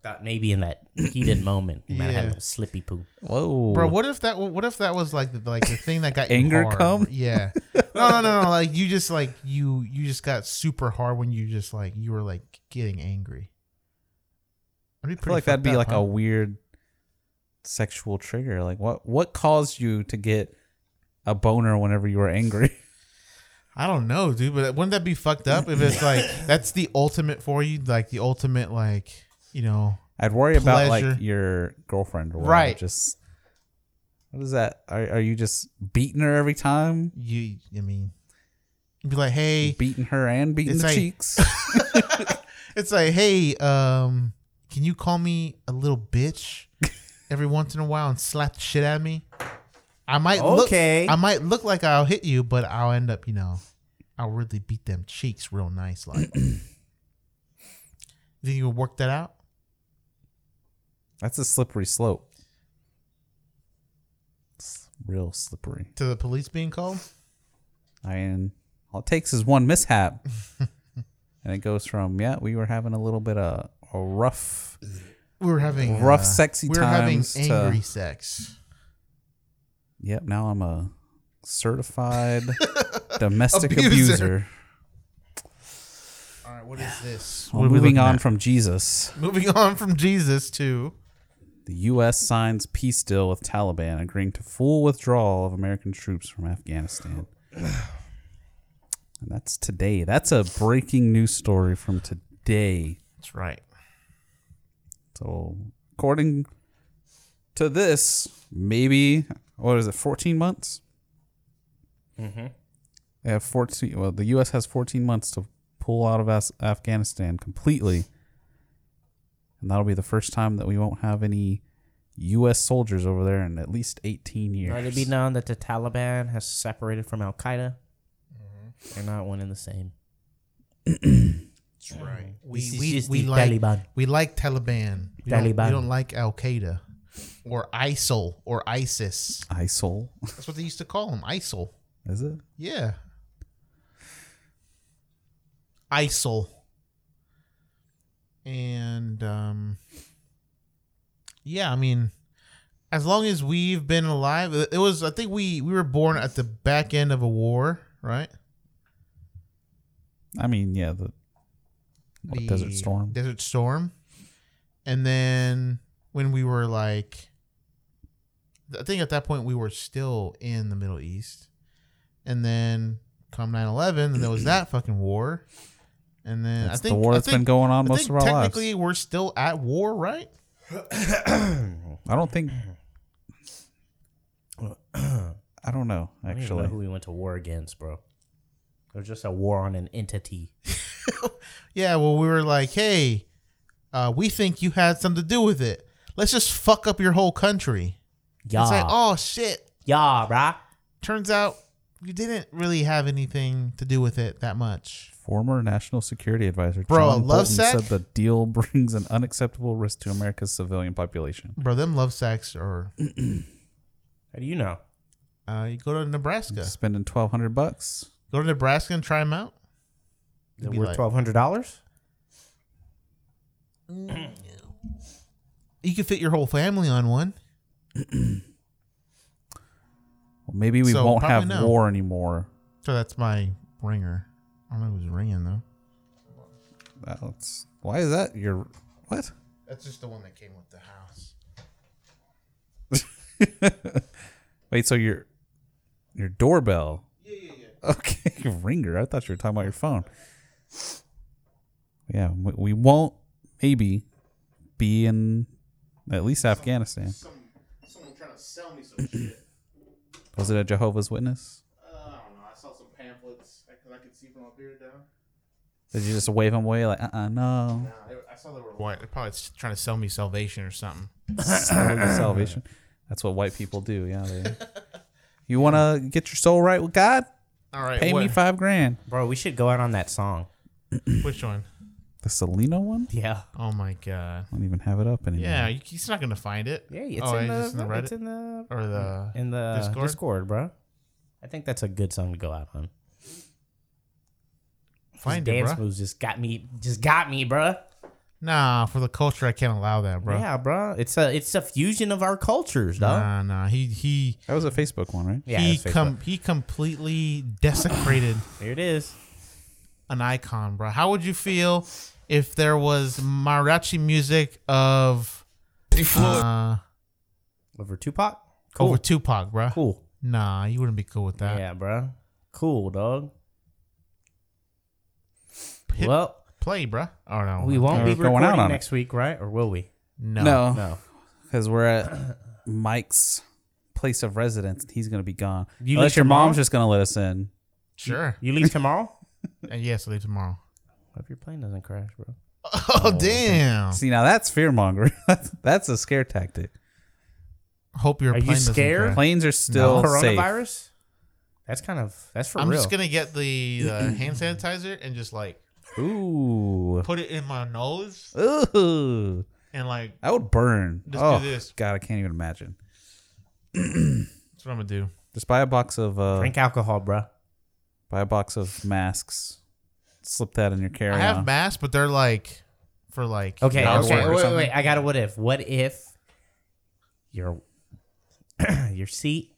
H: Thought maybe in that heated moment, he might have had a
D: Yeah.
H: little slippy poo.
A: Whoa,
D: Bro, what if that? What if that was like the, like the thing that got you
A: Anger
D: hard?
A: cum?
D: Yeah. No, no, no, no. Like you just like you you just got super hard when you just like you were like getting angry. That'd
A: I feel like that'd be like a weird sexual trigger. Like what what caused you to get a boner whenever you were angry?
D: I don't know, dude. But wouldn't that be fucked up if it's like that's the ultimate for you? Like the ultimate, like you know.
A: I'd worry about like
D: Pleasure.
A: your girlfriend or whatever.
D: Right.
A: Just what is that? Are, are you just beating her every time?
D: You, I mean, you'd be like, hey,
A: beating her and beating
D: it's
A: the
D: like-
A: cheeks.
D: it's like, hey, um, can you call me a little bitch every once in a while and slap the shit at me? I might
H: Okay.
D: look, I might look like I'll hit you, but I'll end up, you know, I'll really beat them cheeks real nice, like. then you would work that out.
A: That's a slippery slope. real slippery.
D: To the police being called?
A: I mean, all it takes is one mishap, and it goes from yeah, we were having a little bit of a rough,
D: We were having
A: rough,
D: uh,
A: sexy
D: We were having
A: times. to-
D: angry sex.
A: Yep, now I'm a certified domestic
D: Abuser.
A: abuser.
D: All right, what is this?
A: Well,
D: What are we
A: moving
D: looking
A: on
D: at?
A: from Jesus,
D: Moving on from Jesus to
A: the U.S. signs peace deal with Taliban, agreeing to full withdrawal of American troops from Afghanistan. And that's today. That's a breaking news story from today.
D: That's right.
A: So, according to this, maybe what is it? Fourteen months.
H: Mm-hmm.
A: They have 14. Well, the U.S. has 14 months to pull out of As- Afghanistan completely. And that'll be the first time that we won't have any U.S. soldiers over there in at least 18
H: Let
A: years.
H: it be known that the Taliban has separated from Al Qaeda.
D: Mm-hmm.
H: They're not one and the same.
D: That's right.
H: This
D: We
H: is
D: we,
H: just
D: we
H: the
D: like
H: Taliban.
D: we like Taliban. We don't-
H: Taliban.
D: we don't like Al Qaeda or ISIL or ISIS.
A: ISIL.
D: That's what they used to call them. ISIL.
A: Is it?
D: Yeah. ISIL. And um yeah, I mean as long as we've been alive, it was I think we we were born at the back end of a war, right?
A: I mean, yeah, the, what, Desert
D: the
A: Storm.
D: Desert Storm. And then when we were like I think at that point we were still in the Middle East. And then come 9/11, and there was that fucking war. And then
A: That's
D: I
A: the
D: think
A: war
D: I
A: that's been
D: think-
A: going on
D: I
A: most
D: think
A: of our lives.
D: Technically, we're still at war, right?
A: I don't think. I don't know,
H: I don't even
A: actually.
H: know who we went to war against, bro. It was just a war on an entity.
D: Yeah, well, we were like, hey, uh, we think you had something to do with it. Let's just fuck up your whole country.
H: Yeah.
D: It's like, oh, shit.
H: Yeah, brah.
D: Turns out you didn't really have anything to do with it that much.
A: Former National Security Advisor
D: Bro,
A: John
D: love
A: Bolton
D: sack?
A: said the deal brings an unacceptable risk to America's civilian population.
D: Bro, them love sacks are.
H: How do you know?
D: Uh, you go to Nebraska.
A: Spending 1200 bucks.
D: Go to Nebraska and try them out.
H: They're
D: Be
H: worth
D: like-
H: twelve hundred dollars.
D: You could fit your whole family on one.
A: Well, maybe we
D: So,
A: won't have
D: probably no.
A: war anymore.
D: So that's my ringer. I don't know who's ringing though.
A: That's why is that your what?
D: That's just the one that came with the house.
A: Wait, so your your doorbell? Yeah, yeah, yeah. Okay, your ringer. I thought you were talking about your phone. Yeah, we, we won't maybe be in at least Afghanistan.
F: Someone trying to sell me some shit.
A: Was it a Jehovah's Witness?
F: Uh, I don't know. I saw some pamphlets because I could see from up here down.
A: Did you just wave them away like, uh, uh no,
F: Nah, they- I saw they were
D: Why? They're probably s- trying to sell me salvation or something.
A: Sell your salvation? That's what white people do. Yeah, they. You want to get your soul right with God?
D: All right,
A: pay me
D: what-
A: five grand.
H: Bro, we should go out on that song.
D: Which one?
A: The Selena one?
H: Yeah.
D: Oh my god.
A: I don't even have it up anymore.
D: Yeah, you- he's not gonna find it. Oh, Yeah,
H: it's in the- it's in the-
D: or the
H: In the Discord?
D: Discord.
H: bro. I think that's a good song to go out on.
D: Find
H: His
D: it,
H: dance
D: bruh.
H: moves just got me, just got me, bruh.
D: Nah, for the culture, I can't allow that, bro.
H: Yeah, bro. It's a it's a fusion of our cultures, dog.
D: Nah, nah. He he.
A: That was a Facebook one, right?
H: Yeah,
D: he
H: it's Facebook.
D: com- he completely desecrated.
H: There it is.
D: An icon, bro. How would you feel if there was mariachi music of uh,
H: over Tupac?
D: Over Tupac, bro.
H: Cool.
D: Nah, you wouldn't be cool with that.
H: Yeah, bro. Cool, dog.
D: Hit
H: well,
D: play, bro. Oh no,
H: we won't be
A: We're going out
H: recording
A: on it.
H: next week, right? Or will we?
A: No. Because we're at Mike's place of residence. and He's going to be gone.
H: You
A: Unless
H: leave
A: your
H: tomorrow?
A: mom's just going to let us in.
D: Sure.
H: You leave tomorrow?
D: Uh, yes, I leave tomorrow.
H: What if your plane doesn't crash, bro?
D: Oh, damn.
A: See, now that's fear mongering. that's a scare tactic.
D: Hope your
H: Are you
D: plane doesn't
H: scared?
D: crash.
A: Planes are still safe.
H: Coronavirus? That's kind of that's for
D: I'm
H: real.
D: just gonna get the uh, hand sanitizer and just like
A: Ooh.
D: put it in my nose.
A: Ooh.
D: And like
A: That would burn.
D: Just do
A: oh,
D: this.
A: God, I can't even imagine.
D: That's what I'm gonna do.
A: Just buy a box of uh,
D: Drink
A: alcohol, bruh. Buy a box of masks. Slip that in your carry.
D: I have masks, but they're like for like
A: Okay,
D: yard
A: okay,
D: work or
A: wait, wait,
D: something.
H: Wait, I got a what if. What if your your seat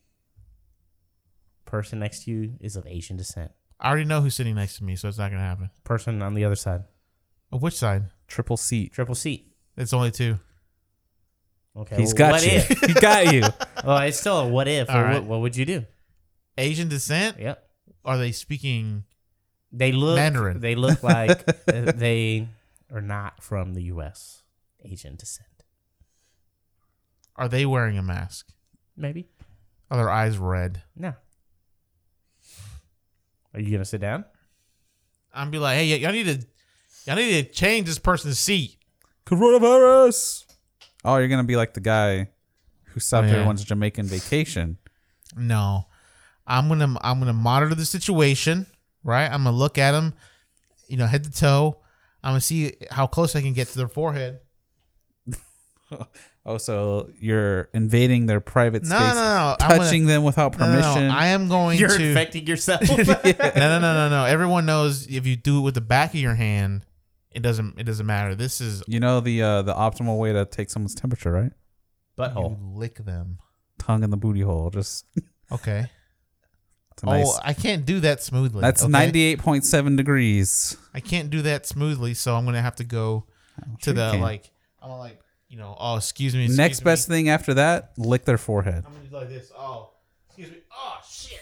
H: person next to you is of Asian descent?
D: I already know who's sitting next to me, so it's not gonna happen.
H: Person on the other side.
D: Oh, which side?
A: Triple seat.
H: Triple seat.
D: It's only two.
H: Okay.
A: He's got
H: what
A: you.
H: If?
A: He got you.
H: Well, it's still a what if.
D: All
H: What-
D: right.
H: what, what would you do?
D: Asian descent.
H: Yep.
D: Are they speaking?
H: They look
D: Mandarin.
H: They look like uh, they are not from the U.S. Asian descent.
D: Are they wearing a mask?
H: Maybe.
D: Are their eyes red?
H: No. Are you gonna sit down?
D: I'm be like, hey, y- y'all need to, y'all need to change this person's seat.
A: Coronavirus. Oh, you're gonna be like the guy who stopped
D: Oh, yeah.
A: everyone's Jamaican vacation.
D: No, I'm gonna, I'm gonna monitor the situation. Right, I'm gonna look at them, you know, head to toe. I'm gonna see how close I can get to their forehead.
A: Oh, so you're invading their private
D: No, no,
A: space,
D: no. I'm
A: touching
D: gonna-
A: them without
D: No, no, no.
A: permission.
D: I am going
H: You're
D: to
H: infecting yourself.
D: no, no, no, no, no. Everyone knows if you do it with the back of your hand, it doesn't it doesn't matter. This is
A: You know the uh, the optimal way to take someone's temperature, right?
H: butthole.
D: You lick them.
A: Tongue in the booty hole. Just
D: Okay.
A: It's a nice-
D: Oh, I can't do that smoothly.
A: that's
D: okay?
A: ninety eight point seven degrees.
D: I can't do that smoothly, so I'm gonna have to go to
A: Oh, sure you
D: the
A: can.
D: like. I'm gonna like you know. Oh, excuse me. excuse
A: Next
D: me.
A: best thing after that, lick their forehead.
D: I'm gonna do like this. Oh, excuse me. Oh shit.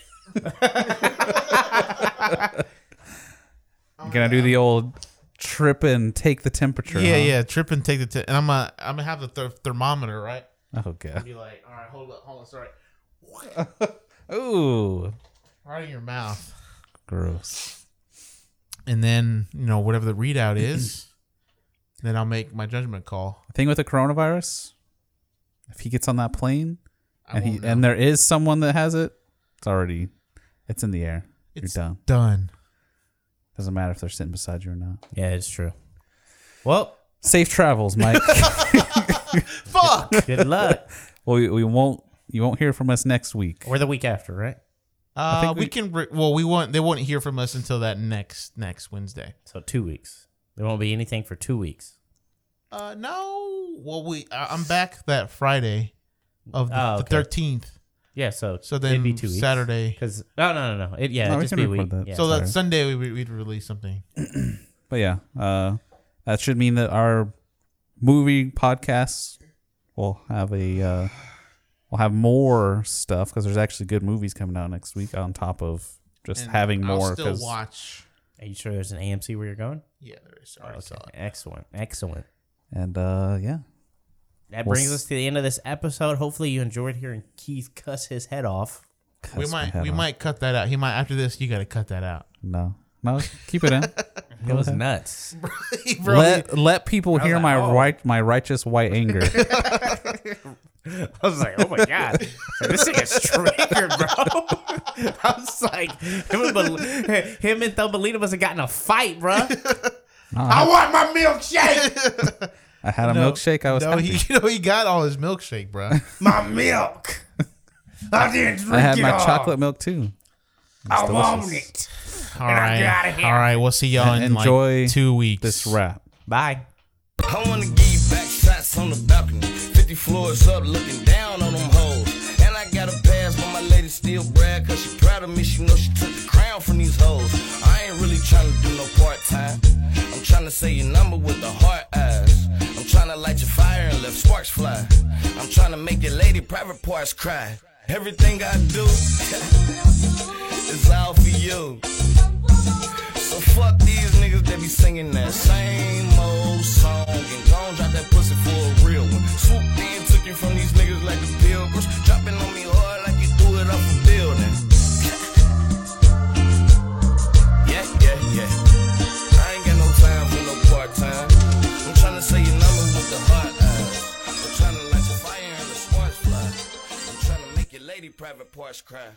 A: You're gonna do the old trip and take the temperature.
D: yeah,
A: huh?
D: yeah. Trip and take the t- and I'm gonna I'm gonna have the th- thermometer right.
A: Oh, God.
D: And be like, all right, hold up, hold on, sorry.
A: Oh, Ooh,
D: Right in your mouth.
A: gross.
D: And then you know whatever the readout is, then I'll make my judgment call.
A: The thing with the coronavirus, if he gets on that plane and he and there is someone that has it, it's already it's in the air.
D: It's
A: You're done.
D: Done.
A: Doesn't matter if they're sitting beside you or not.
H: Yeah, it's true. Well,
A: safe travels, Mike.
D: Fuck.
H: Good luck.
A: well, we, we won't. You won't hear from us next week.
H: Or the week after, right?
D: Uh, we, can. Re- well, we won't. They won't hear from us until that next next Wednesday.
H: So two weeks. There won't be anything for two weeks.
D: Uh, no. Well, we. I I'm back that Friday of
A: Ah,
H: Oh,
D: the
H: okay.
D: thirteenth.
H: Yeah, so
D: so
H: it'd
D: then
H: be two weeks.
D: Saturday.
H: Because no, no, no, no. It, yeah, it'd just be a week. Yeah.
D: so that Sunday we we- we'd release something.
A: But yeah, uh, that should mean that our movie podcasts will have a uh, will have more stuff because there's actually good movies coming out next week on top of just
D: And
A: having
D: I'll
A: more.
D: still
A: 'cause-
D: watch.
H: Are you sure there's an AMC where you're going?
D: Yeah, there is.
H: Oh, okay. Excellent. Excellent.
A: And uh, yeah,
H: That
A: We'll
H: brings
A: s-
H: us to the end of this episode. Hopefully, you enjoyed hearing Keith cuss his head off.
D: we
A: my
D: might
A: head
D: we
A: off.
D: might cut that out. He might after this. You got to cut that out.
A: No, no, keep it in.
H: It was nuts.
D: Bro,
A: let
D: he-
A: let people
D: I was
A: hear
D: like,
A: my
D: oh.
A: right my righteous white anger.
H: I was like, oh my god, this thing is triggered, bro. I was like, him and, Bel- him and Thumbelina must have gotten a fight, bro.
A: I
D: want my milkshake.
A: I had a
D: No,
A: milkshake. I was
D: no,
A: happy.
D: he, you know, he got all his milkshake, bro.
Q: My milk. I didn't drink
A: I had
Q: it
A: my
Q: all.
A: chocolate milk too.
Q: I
A: It's
Q: want
A: delicious.
Q: it.
D: All
Q: And I
D: right.
Q: got it here.
D: All right. We'll see y'all in
A: Enjoy
D: like two weeks.
A: This wrap.
H: Bye.
N: I wanna give you back shots on the balcony. 50 floors up, looking down on them hoes. And I got a pass, but my lady still brag, cause she proud of me. She know she took the crown from these hoes. I ain't really tryna do no part time. I'm tryna say your number with the heart eyes. I'm tryna light your fire and let sparks fly. I'm tryna make your lady private parts cry. Everything I do is all for you. So fuck these niggas that be singing that same old song and gon' drop that pussy for a real one. Swooped in, took it from these niggas like the pilgrims, dropping on me hard like you threw it off a building. yeah, yeah, yeah. I ain't got no time for no part time. I'm tryna say your number with the hot eyes. I'm tryna light your fire and the sparks fly. I'm tryna make your lady private parts cry.